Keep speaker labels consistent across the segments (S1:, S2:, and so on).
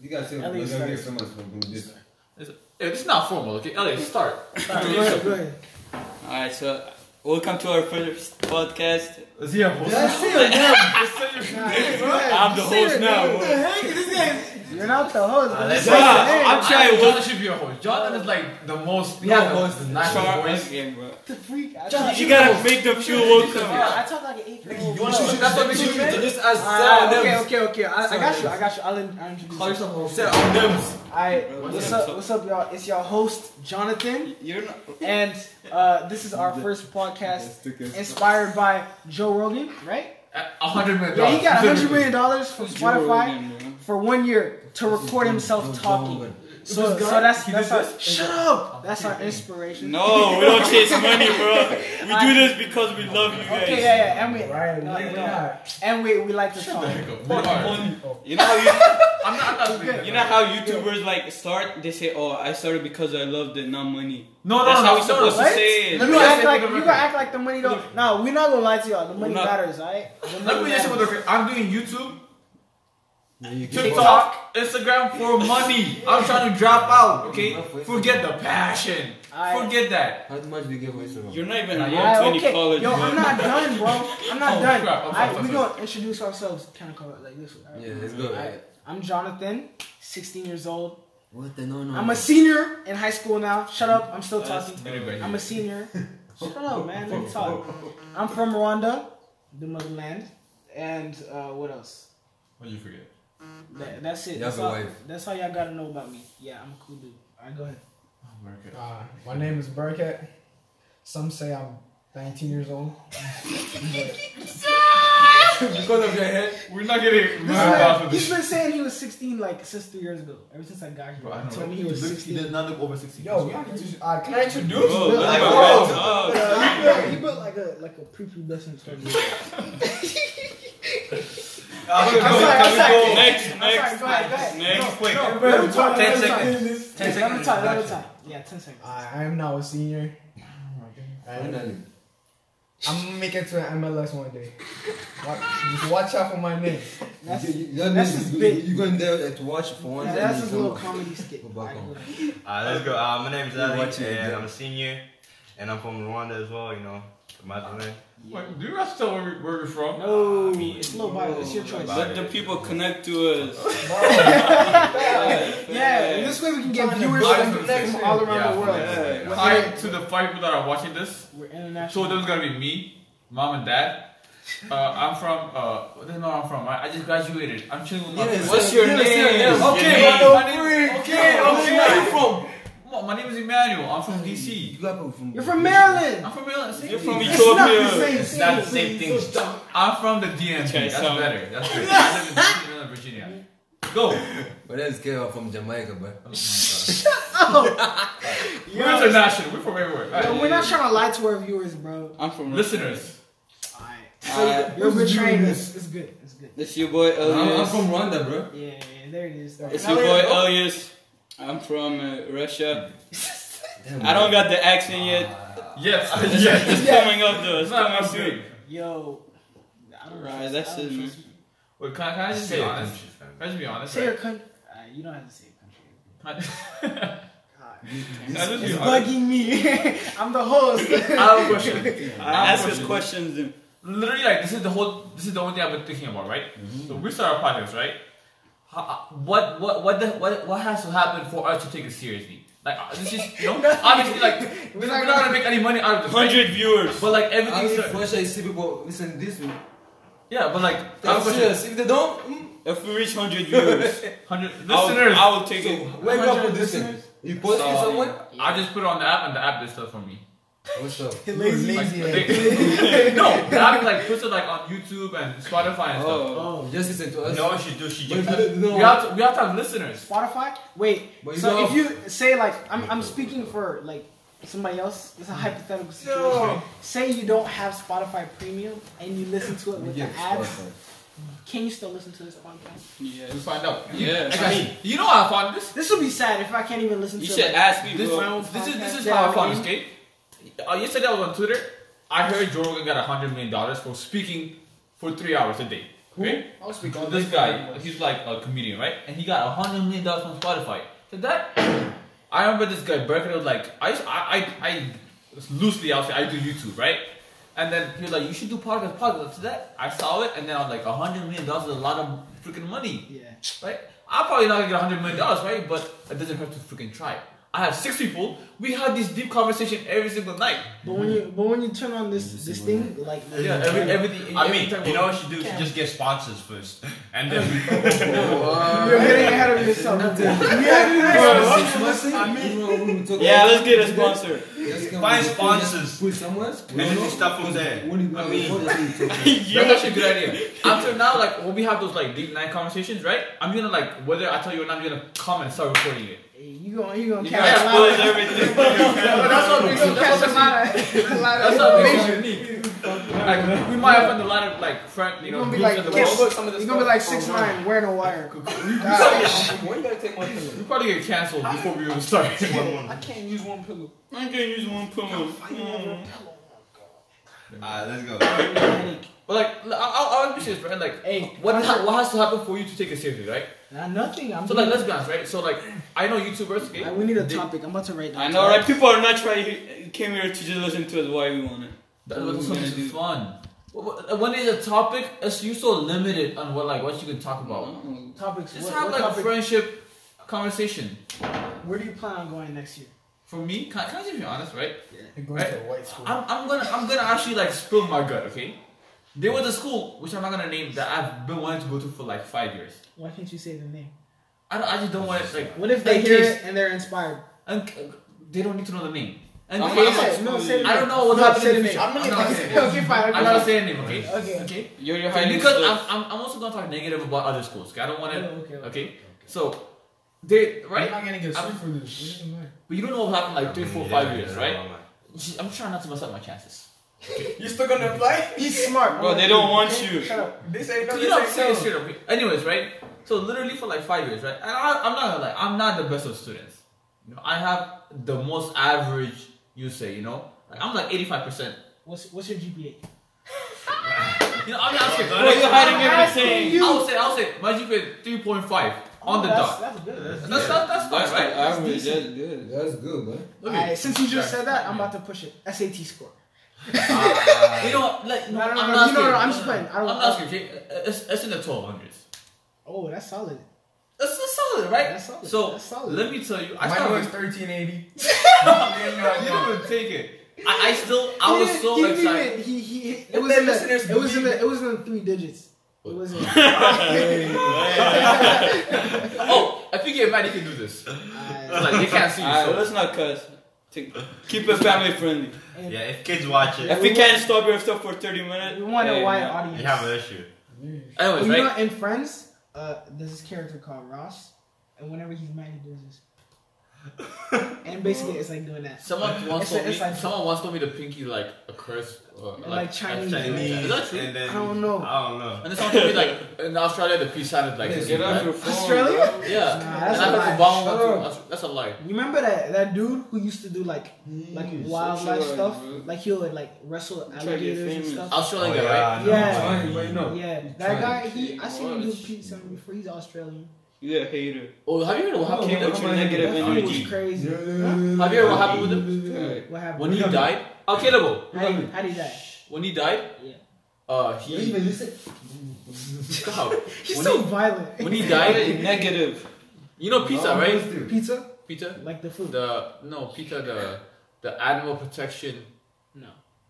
S1: You gotta say
S2: Elliot
S1: look, I hear
S2: starts.
S1: someone from this.
S3: It's, it's eh, not formal, okay? Elliot, start.
S2: Go ahead, go ahead.
S4: Alright, so welcome to our first podcast.
S3: Is he a host?
S1: I see your name.
S3: Uh,
S4: I'm the host now. Ah,
S1: What the heck? This guy.
S2: You're not the host. but
S3: that's
S2: you're
S3: right.
S2: the name.
S4: I'm trying to
S3: Jonathan should be a host. Jonathan is like the most.
S1: Yeah,
S3: no, host is not
S4: Char-
S3: voice.
S4: game, bro.
S2: the freak. I
S1: Just-
S2: talk-
S4: You gotta make them feel welcome.
S2: I talk like an eight year old.
S1: You should. That's what we should introduce us.
S2: Ah, Okay, okay, okay. I, I got you. I got you. I'll, in- I'll introduce you.
S1: yourself host. Set our names.
S2: Alright, what's
S4: What's
S2: up? What's up, y'all? It's your host Jonathan,
S4: You're not.
S2: and uh, this is our first podcast inspired by Joe Rogan, right?
S3: A hundred million
S2: Yeah,
S3: dollars.
S2: he got hundred million dollars from
S4: Joe
S2: Spotify
S4: Rogan, bro.
S2: for one year to record himself talking. So, so that's that's our, shut up. That's our inspiration.
S4: No, we don't chase money, bro. We do this because we love you guys.
S2: Okay, yeah, yeah, and we
S5: Right,
S2: no,
S5: right,
S2: no, no. and we we like to talk.
S3: What are?
S4: Money. You know how you,
S3: I'm not. I'm not speaking.
S4: you know how YouTubers like start. They say, "Oh, I started because I loved it, not money."
S3: No, no,
S4: That's
S3: no,
S4: how
S3: no,
S4: we supposed
S2: no,
S4: to say it.
S3: Let
S2: You
S3: me
S4: bro.
S3: ask
S2: act
S3: you
S2: like you
S3: something
S2: gonna act like the money don't. No, we're not gonna lie to y'all. The money
S4: not-
S2: matters, alright? The
S3: Let
S2: money
S3: me just
S2: matters.
S3: say I'm doing YouTube,
S2: TikTok.
S3: TikTok, Instagram for money. I'm trying to drop out. Okay, forget the passion.
S2: I-
S3: Forget that.
S1: How much do you give Instagram?
S4: You're not even
S3: Alright,
S4: yeah,
S2: Alright,
S4: 20
S2: okay.
S4: college.
S2: Yo, I'm not done, bro. I'm not
S3: Oh,
S2: done.
S3: crap. I'm sorry,
S2: Alright,
S3: I'm
S2: we
S3: sorry.
S2: gonna introduce ourselves. Kind of cover like this. alright?
S1: Yeah, let's go.
S2: Alright. I'm Jonathan, 16 years old.
S1: What the no no?
S2: I'm a senior in high school now. Shut up. I'm still talking.
S3: Anyway.
S2: I'm a senior. Shut up, man. Let me talk. I'm from Rwanda, the motherland, and uh, what else?
S3: What do you forget?
S2: That, that's it.
S1: Y'all's
S2: That's
S1: a
S2: all,
S1: wife.
S2: that's all y'all gotta know about me. Yeah, I'm a cool dude. Alright, go ahead.
S5: Uh, my name is Burkett. Some say I'm 19 years old.
S3: Because of your head, we're not
S2: This
S3: getting mad
S2: man,
S3: off of
S2: he's
S3: this.
S2: been saying he was 16 like since three years ago. Ever since I got here,
S3: Bro, I
S2: he
S3: don't
S2: told
S3: know.
S2: me he was
S3: Look,
S2: 16.
S3: does not look over 60.
S5: Yo, y'all can just- uh, can I introduce?
S4: Bro, Oh.
S5: He built
S4: let
S5: like,
S4: me
S5: a-
S4: go talk.
S2: Uh, he, built, he built like a like a prepubescent story.
S3: I'm
S2: I'm sorry, I'm sorry.
S3: sorry.
S4: Next,
S2: I'm sorry,
S4: next,
S2: go ahead, go ahead.
S4: next. Wait,
S2: No, let him talk. Let him
S3: 10
S2: talk.
S3: seconds.
S2: Ten seconds. Let me talk. Let me talk. Yeah, ten seconds.
S5: I I am now a senior. And I'm gonna make it to an MLS one day. Watch, just watch out for my name.
S2: That's,
S1: That's
S2: his
S1: his
S2: bit.
S1: bit. You going there to watch for one
S2: yeah,
S1: day.
S2: that's
S1: and
S2: his
S1: you
S2: little
S1: come-
S2: comedy skit.
S1: Go back on.
S6: Uh, let's go. Uh, my name is
S1: You
S6: Ali,
S1: watch it
S6: and
S1: again.
S6: I'm a senior, and I'm from Rwanda as well. You know, motherland.
S3: Wait, do you guys tell where, we, where we're from?
S2: No, Oh, it's little bio. It's your choice.
S4: Let the people connect to us.
S2: Yeah, this way we can get viewers
S3: buy
S2: from, from
S3: some shit.
S2: all around
S3: Yeah,
S2: the
S3: from
S2: world.
S3: there.
S2: We're,
S3: Hi
S2: inter-
S3: to the five people that are watching this.
S2: we're
S3: So
S2: international.
S3: there's gonna be me, mom and dad. Uh, I'm from. Uh, this is not where I'm from. I, I just graduated. I'm chilling with my
S1: Yes.
S3: friends.
S4: What's your
S1: Yeah,
S4: name?
S1: let's hear it.
S4: Your
S3: Okay,
S4: name.
S3: my, my name. Okay, okay.
S1: Where
S3: you from? My name is Emmanuel. I'm from DC.
S1: You got from.
S2: You're from Maryland.
S3: I'm from Maryland. City.
S4: You're from
S2: It's not
S4: Ethiopia.
S2: the same
S6: It's not the
S2: thing.
S6: same thing.
S3: I'm from the DMV.
S4: Okay,
S3: That's
S4: so-
S3: better. That's better. I live in DC, Maryland, Virginia. Go. Oh
S1: But that's girl from Jamaica, but.
S3: We're international. We're from everywhere. All
S2: Yo,
S3: right.
S2: we're not trying to lie to our viewers, bro.
S4: I'm from
S3: Listeners,
S2: Alright.
S4: Alright.
S2: You're betraying us. It's good. It's good.
S4: This your boy
S1: I'm, I'm
S4: Elias.
S1: from Rwanda, bro.
S2: Yeah, yeah, yeah, there it is.
S4: It's your boy Elias. I'm from uh, Russia. I don't got the accent yet.
S3: yes, yes.
S4: It's coming up though. It's
S3: It's not
S4: coming
S3: my
S4: soon.
S3: street.
S2: Yo. I don't
S4: Right,
S2: trust-
S4: that's
S2: I don't
S4: it, man.
S2: trust you.
S3: Wait, can, I- can I just be honest? Can I just be honest?
S2: Say
S3: Right?
S2: your country. Uh, you don't have to say your country.
S3: Can
S2: God.
S3: I can I just
S2: It's
S3: be honest?
S2: bugging me. I'm the host.
S3: I have a question.
S4: I ask us questions. then.
S3: Literally, like this is the whole. This is the only thing I've been thinking about, right? So we start our podcast, right? How, uh, what what what the, what what has to happen for us to take it seriously? Like uh, this is you know obviously like this- we're not gonna make any money out of this, right?
S4: 100 viewers.
S3: But like
S1: I
S3: everything,
S1: mean,
S3: start,
S1: Russia, you see people listen this one.
S3: yeah. But like I
S1: I'm
S3: have a question.
S1: serious. If they don't, mm,
S4: If we reach 100 viewers,
S3: Hundred
S4: I'll,
S3: listeners.
S4: I will take it.
S1: wake up with
S2: Hundred
S1: this thing.
S2: listeners.
S1: You post it
S4: So-
S1: somewhere?
S3: I just put it on the app, and the app does stuff for me.
S1: What's up?
S5: Lazy.
S3: Like,
S5: Lazy.
S3: they-
S5: ass.
S3: no, the app like puts it like on YouTube and Spotify and stuff.
S4: Oh.
S1: You just listen to us.
S6: No, she do. She
S1: But if
S6: just.
S1: you don't- you don't
S3: We have to we have to have listeners.
S2: Spotify? Wait.
S1: But you
S2: So
S1: don't-
S2: if you say like I'm I'm speaking for like somebody else, it's a hypothetical situation. Say you don't have Spotify Premium and you listen to it with
S1: Yeah,
S2: the ads.
S1: Spotify.
S2: Can you still listen to this podcast?
S3: We
S4: Yes.
S3: find out. I
S4: Yes.
S3: got you. You know how I found this?
S2: This would be sad if I can't even listen
S4: You
S2: to
S4: should
S2: it.
S4: ask me,
S3: This,
S4: bro.
S3: this is this is
S2: podcast
S3: how I
S2: that
S3: found
S2: I
S3: this game. Uh, yesterday I was on Twitter. I heard Joe Rogan got hundred million dollars for speaking for three hours a day. Okay?
S2: I'll speak all
S3: This
S2: day.
S3: guy, he's like a comedian, right? And he got a hundred million dollars from Spotify. So that, I remember this guy Berkeley was like, I, used- I, I, I loosely I'll say I do YouTube, right? And then he was like, you should do podcast, podcast. So that I saw it, and then I was like, a hundred million dollars is a lot of freaking money,
S2: Yeah.
S3: right? I'm probably not gonna get a hundred million dollars, right? But it doesn't hurt to freaking try. I have six people. We have this deep conversation every single night.
S2: But when you but when you turn on this this thing, like
S3: Yeah, every, everything.
S6: I
S3: every
S6: mean,
S3: time
S6: you
S3: we-
S6: know what she do? She just get sponsors first, and then
S2: you're getting ahead of yourself.
S1: Six months in, you know, when we talk
S4: Yeah,
S1: about-
S4: let's get a sponsor.
S1: Let's come
S6: find
S1: and put-
S6: sponsors.
S1: Put somewhere.
S6: And then we start from there.
S1: When you go
S6: I
S1: on the
S6: mean-
S1: phone, that's when you talk.
S3: That's actually a good idea. After now, like when we have those like deep night conversations, right? I'm gonna like whether I tell you or not, I'm gonna come and start recording it.
S2: You gonna you gonna
S3: You
S2: catch
S3: guys
S2: a
S4: Spoils
S2: lot of
S4: everything.
S3: that's what
S2: you
S3: makes
S2: gonna
S3: it.
S2: catch
S3: That's what
S2: a
S3: makes it.
S2: lot of a lot of
S3: That's what makes
S2: information.
S3: it unique. Like we might have found a lot of like friend, you
S2: You're
S3: know,
S2: gonna be
S3: groups
S2: like
S3: in the
S2: yes.
S3: world. Some of
S2: You're gonna be like six nine wearing a wire.
S1: Why you gotta take my pillow?
S3: We probably get canceled before we even start.
S2: I can't use one pillow.
S4: I can use one pillow. Mm.
S6: Alright, Ah, let's go.
S3: but like, I'll, I'll, I'll be serious, right? Like,
S2: Hey,
S3: what ha- what has to happen for you to take it seriously, right?
S2: Nah, Uh, nothing. I'm
S3: So like, let's be honest, right? So like, I know YouTubers. Okay,
S2: I- we need a
S3: they-
S2: topic. I'm about to write.
S4: I
S2: down.
S4: know, right? People are not trying. He came here to just listen to us. Why we want it?
S3: That
S4: What
S3: was
S4: we gonna
S3: something
S4: do?
S3: fun. Wh- wh- When it's uh, a topic, it's you so limited on what like what you can talk
S4: Mm-hmm.
S3: about.
S4: Oh,
S2: Topics.
S3: Just
S2: what,
S3: have
S2: what
S3: like a
S2: topic-
S3: friendship conversation.
S2: Where do you plan on going next year?
S3: For me, can, can I just be honest, right?
S5: It goes to a white school.
S3: I'm, I'm gonna I'm gonna actually like spill my gut, okay? There was a school which I'm not gonna name that I've been wanting to go to for like five years.
S2: Why can't you say the name?
S3: I, don't, I just don't want it like
S2: What if they
S3: In
S2: hear
S3: case-
S2: it and they're inspired?
S3: and uh, they don't need to know the name. And
S4: I'm
S3: case-
S4: not-
S2: Say it. no, say the
S3: I
S2: name.
S3: don't know what
S2: No,
S3: happened
S2: say
S3: in
S2: the name.
S3: the future. I'm not gonna say the name.
S2: Okay, fine.
S3: I'm not gonna say the name, okay?
S2: Okay.
S3: Okay.
S4: You're your
S3: Okay,
S4: hiding
S3: because I'm,
S4: stuff.
S3: I'm, I'm also gonna talk negative about other schools. okay? I don't want
S2: Oh,
S3: to.
S2: okay, okay.
S3: Okay, so they
S5: I'm
S3: right,
S5: not gonna get sued
S3: I'm-
S5: for this. What does it matter?
S3: but you don't know what happened like three, four,
S6: Yeah,
S3: five years,
S6: yeah,
S3: right?
S6: I'm like-
S3: I'm trying not to mess up my chances.
S5: You still gonna apply?
S2: He's smart.
S4: Bro, they don't want you.
S2: Shut up.
S5: This ain't
S3: You know, I'm saying straight up. Anyways, right? So literally for like five years, right? And I, I'm not gonna lie, I'm not the best of students. You know, I have the most average. You say, you know, like I'm like 85 percent.
S2: What's what's your GPA?
S3: You know, I'm not asking.
S4: Bro, you're hiding everything.
S2: you.
S3: I'll say, I'll say, my GPA 3.5 on the
S2: Oh, that's,
S3: dot.
S2: That's good. That's
S3: That's not, that's fine,
S4: That's
S3: right?
S4: I was just good.
S1: That's good, man.
S3: Look
S2: Alright,
S3: at-
S2: since you just said that, I'm about to push it. SAT score.
S3: You know, like,
S2: No,
S3: no,
S2: no, no,
S3: I'm
S2: no,
S3: not
S2: you know,
S3: scared.
S2: no, I'm just playing. I don't-
S3: I'm not scared. Okay? It's, it's in the 1200s.
S2: Oh, that's solid.
S3: It's, it's solid, right?
S2: That's solid.
S3: So
S2: That's solid.
S3: let me tell you, I
S5: Mine was
S3: started.
S5: 1380.
S3: You don't even take it. I, I still, I
S2: He
S3: was
S2: didn't-
S3: so
S2: he didn't
S3: excited.
S2: Even, he, he, it was in the, it was in the, it was in the three digits. It was in.
S3: Oh, if you get mad, you can do this.
S2: Alright.
S3: Like they can't see you.
S4: Alright,
S3: So.
S4: let's not cuss. Take- Keep it family friendly.
S6: Yeah, if kids watch it,
S4: If we can't stop yourself for 30 minutes,
S2: We want a
S4: hey,
S2: wide
S4: man.
S2: audience.
S6: you have an issue.
S3: Anyways,
S2: you know,
S3: right?
S2: in Friends, uh, there's this character called Ross, and whenever he's mad, he does this. and basically, it's like doing that.
S3: Someone once
S2: It's
S3: told
S2: a-
S3: me.
S2: it's like-
S3: someone once told me to pinky like a curse, uh, like,
S2: Like Chinese.
S3: a Is that true?
S6: And then,
S2: I don't know.
S6: I don't know.
S3: And then someone told me like in Australia the peace sign is like this,
S4: Get off
S3: right?
S4: your phone.
S2: Australia?
S4: bro.
S3: Yeah.
S2: Nah, that's
S3: and
S2: a
S3: I heard
S2: lie.
S3: the bomb
S1: Shut
S3: went through. That's a lie.
S2: You remember that that dude who used to do like like
S1: Mm,
S2: wildlife
S4: socialize,
S2: stuff?
S4: bro.
S2: Like he would like wrestle
S4: to get
S2: alligators and
S4: famous.
S2: stuff.
S6: Oh,
S3: Australian guy, right?
S6: I know.
S2: Yeah.
S1: Fine, but you know.
S2: yeah,
S1: trying
S2: that
S1: Oh. to
S2: guy.
S4: keep
S2: He I seen him do
S4: watch.
S2: Pete something before. He's Australian.
S4: You're a hater.
S3: Oh, have you heard what happened
S4: Came
S3: with
S4: with
S3: him?
S4: your
S1: That
S4: negative
S2: That dude
S4: energy.
S2: was crazy.
S1: Yeah, yeah,
S2: Huh?
S1: yeah,
S3: Have you
S1: yeah.
S3: heard what happened with
S2: Oh,
S3: him?
S4: Alright.
S2: What happened?
S3: When he died, oh, Caleb,
S2: How did, how did that?
S3: when he died,
S2: Yeah.
S3: uh,
S1: You
S3: he
S1: even listen?
S3: stop.
S2: He's
S3: when,
S2: so
S3: he,
S2: violent.
S3: when he
S4: You're
S3: died,
S4: negative.
S3: you know Peter,
S1: No,
S3: right?
S1: I'm still-
S2: Pizza,
S3: Peter,
S2: like the food.
S3: the no Peter, the the animal protection
S2: No.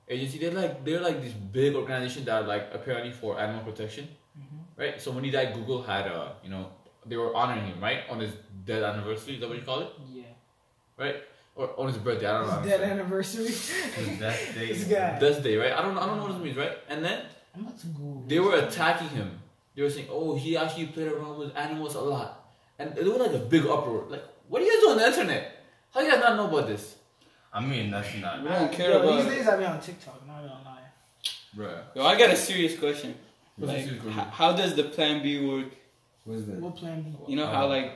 S3: agency. They're like they're like this big organization that are like apparently for animal protection, right? So when he died, Google had uh, you know, they were honoring him, right, on his death anniversary. Is that what you call it,
S2: Yeah.
S3: right? Or on his birthday? I don't know.
S2: His dead anniversary.
S6: That's they-
S2: this guy.
S3: Death day, right? I don't I don't know what it means, right? And then
S2: I'm about to Google.
S3: they were attacking him. They were saying, "Oh, he actually played around with animals a lot," and it was like a big uproar. Like, what are you guys doing on the internet? How do you guys not know about this,
S6: I mean, that's
S4: We
S6: not.
S4: don't care
S2: Yo,
S4: about
S2: these
S4: it.
S2: days I've been on TikTok. Not gonna lie.
S3: bro?
S4: Yo, I got a serious question.
S3: What's a
S4: Like,
S3: serious
S4: h-
S3: question?
S4: how does the plan B work?
S1: What's that?
S2: What plan B?
S4: You know how like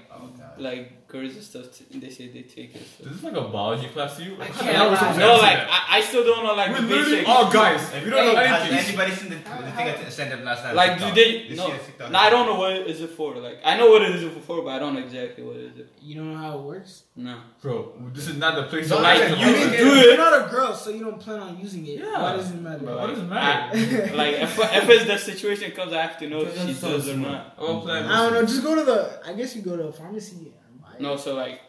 S4: like girls and stuff. t- They say they take it. so-
S3: Is this like a biology class to you? I
S2: can't lie.
S4: No, like I, I still don't know like
S3: we're
S4: the
S3: literally
S4: basics.
S3: all guys. We don't know
S6: Has
S3: anything.
S6: anybody seen the, the thing I sent them last night? on
S4: Like do
S6: TikTok?
S4: they?
S6: Did
S4: No,
S6: you see the TikTok?
S4: no, I don't know what is it for. Like I know what it is for, but I don't know exactly what it is.
S2: You don't know how it works.
S4: No.
S3: Bro, this is not the place
S1: No,
S3: to lie
S1: like,
S3: to
S1: you
S3: you.
S1: didn't get-
S4: Do
S2: You're
S4: it.
S2: not a girl, so you don't plan on using it.
S3: Yeah.
S2: Why does it matter?
S3: What does it
S4: I,
S3: matter?
S4: like if, if it's the situation comes, I have to know if
S1: Because
S4: she
S1: that's so
S4: does or
S1: smart.
S4: not.
S3: Oh, plan.
S2: I don't know. Just go to the. I guess you go to a pharmacy. and buy it.
S4: No, so like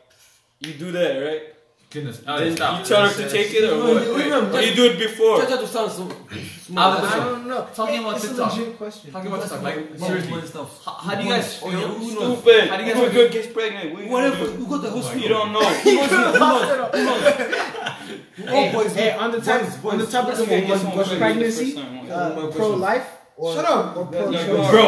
S4: you do that, right?
S3: Goodness.
S4: Then
S3: Alright, stop.
S4: you tell her to take it or what? Or you do it before.
S1: Try to sound so
S3: Out of
S2: I
S3: the-
S1: smart.
S2: don't know.
S3: Talking
S2: Yeah,
S3: about
S2: it's
S3: TikTok.
S2: a legit question.
S3: Talking about TikTok, like seriously.
S1: Seriously.
S3: How, how do you guys feel?
S1: Oh, yeah, who knows?
S4: Stupid.
S3: How do you guys
S4: If a
S3: like-
S4: girl gets pregnant, we
S1: Whatever. You got the whole
S2: Oh
S1: school.
S4: You don't know.
S1: Who knows? Who knows? Who knows?
S2: Hey,
S1: All boys.
S2: hey, on the top,
S1: Boys,
S2: on the
S1: boys.
S2: topic
S1: Let's get
S2: of
S1: one
S2: women,
S1: question.
S2: pregnancy,
S1: One
S2: uh,
S1: question.
S2: pro life or
S1: Shut up.
S2: or pro
S1: Yeah,
S2: choice.
S4: Bro.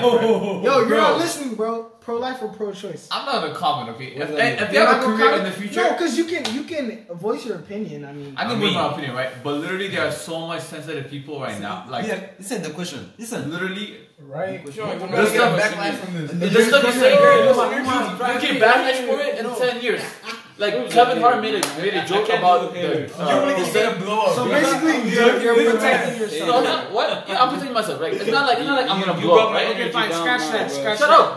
S1: No.
S2: Yo, you're
S3: Bro.
S2: not listening, bro. Pro life or pro choice?
S3: I'm not gonna comment, okay? If,
S1: What does that
S3: if,
S1: mean?
S3: they
S2: You're
S3: have a
S2: not gonna
S3: career in
S2: comment?
S3: the future,
S2: No, because you can you can voice your opinion. I mean,
S3: I
S6: I
S3: can give my
S6: mean-
S3: opinion, right? But literally, there are so much sensitive people right now. Like,
S1: Yeah, listen the question. Listen.
S3: literally,
S5: Right?
S4: Sure, we're
S3: Let's
S5: get
S3: not-
S5: backlash from this.
S3: the stuff you say here, you get backlash
S1: backlash
S3: for it in ten years. Like
S4: No.
S3: Kevin Hart made a made a
S4: I
S3: joke
S4: can't
S3: about
S4: do
S3: the.
S4: it.
S3: uh,
S1: You said a blow up.
S2: so basically,
S1: you're-
S2: you're,
S1: you're
S2: you're
S1: protecting
S2: protecting
S3: no,
S2: yourself.
S3: no, what? Yeah, I'm protecting myself, right? It's not like it's not like I'm gonna
S4: You
S3: blow
S4: got
S3: up,
S4: my
S3: right?
S4: energy
S2: Okay, fine.
S4: down
S2: Scratch
S4: now,
S2: that.
S4: bro.
S2: Scratch
S3: Shut up!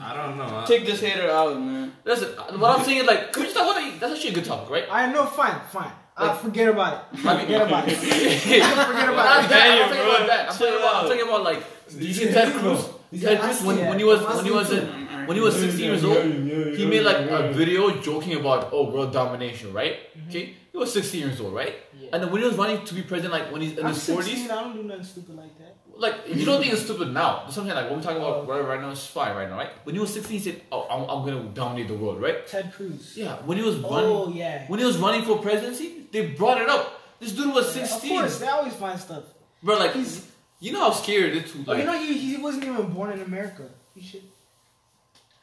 S6: I don't know. I-
S4: Take this hater out, man.
S3: Listen, what I'm saying is like, can we just talk about the, that's actually a good topic, right?
S2: I know. Fine, fine. I forget about it. Forget about it. Forget about
S3: Not
S2: it.
S3: that, I'm
S4: Damn,
S3: talking
S4: bro.
S3: about that. I'm talking
S4: Chill
S3: about,
S4: out.
S3: I'm talking about like, do you see Ted Cruz? Ted Cruz when, when he was when he was in, when he was 16 years old, he made like a video joking about oh world domination, right?
S2: Mm-hmm.
S3: Okay, he was 16 years old, right? And then when he was running to be president, like when he's in
S2: I'm
S3: his 40s,
S2: 16. I don't do nothing stupid like that.
S3: like you don't think it's stupid now. That's something like what we're talking
S2: Uh.
S3: about right, right now is fine right now, right? When he was 16, he said, "Oh, I'm, I'm gonna dominate the world," right?
S2: Ted Cruz.
S3: Yeah. When he was running,
S2: Oh yeah.
S3: when he was running for presidency, they brought it up. This dude was
S2: Of
S3: 16,
S2: course, they always find stuff.
S3: bro. Like,
S2: He's-
S3: you know how scared it's to
S2: But
S3: like.
S2: you know, he, he wasn't even born in America. You should.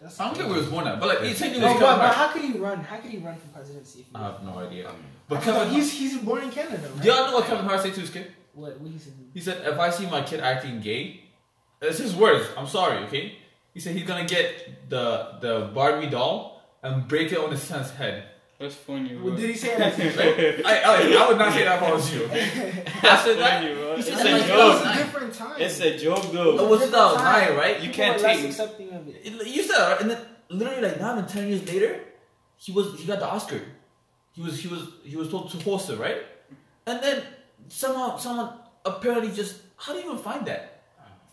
S2: That's
S3: I don't think we was born that, but like he technically
S2: No,
S3: was
S2: but,
S3: coming
S2: but
S3: back.
S2: how could he run? How could he run for presidency? If he
S3: I have no idea. But
S2: But
S3: Kevin,
S2: he's he's born in Canada, right?
S3: do y'all know what Kevin Hart said to his kid?
S2: What what he said?
S3: He said, "If I see my kid acting gay, it's his words. I'm sorry, okay." He said he's gonna get the the Barbie doll and break it on his son's head.
S4: That's funny, bro.
S2: Well, did he say it as a joke?
S3: I, I, I would not say that if I was you. Okay? I said that.
S4: Funny, bro. It's
S3: He
S2: It's
S3: said
S2: like,
S4: a
S3: that.
S2: it was
S4: joke.
S2: a different time.
S4: It's a joke,
S3: It
S4: though.
S3: was 2009, right?
S4: You
S2: People
S4: can't
S2: are less
S4: take.
S2: accepting of it.
S3: It- You said that, right? and then literally like not even ten years later, he was he got the Oscar. He was he was he was told to host it, right? And then somehow someone apparently just how do you even find that?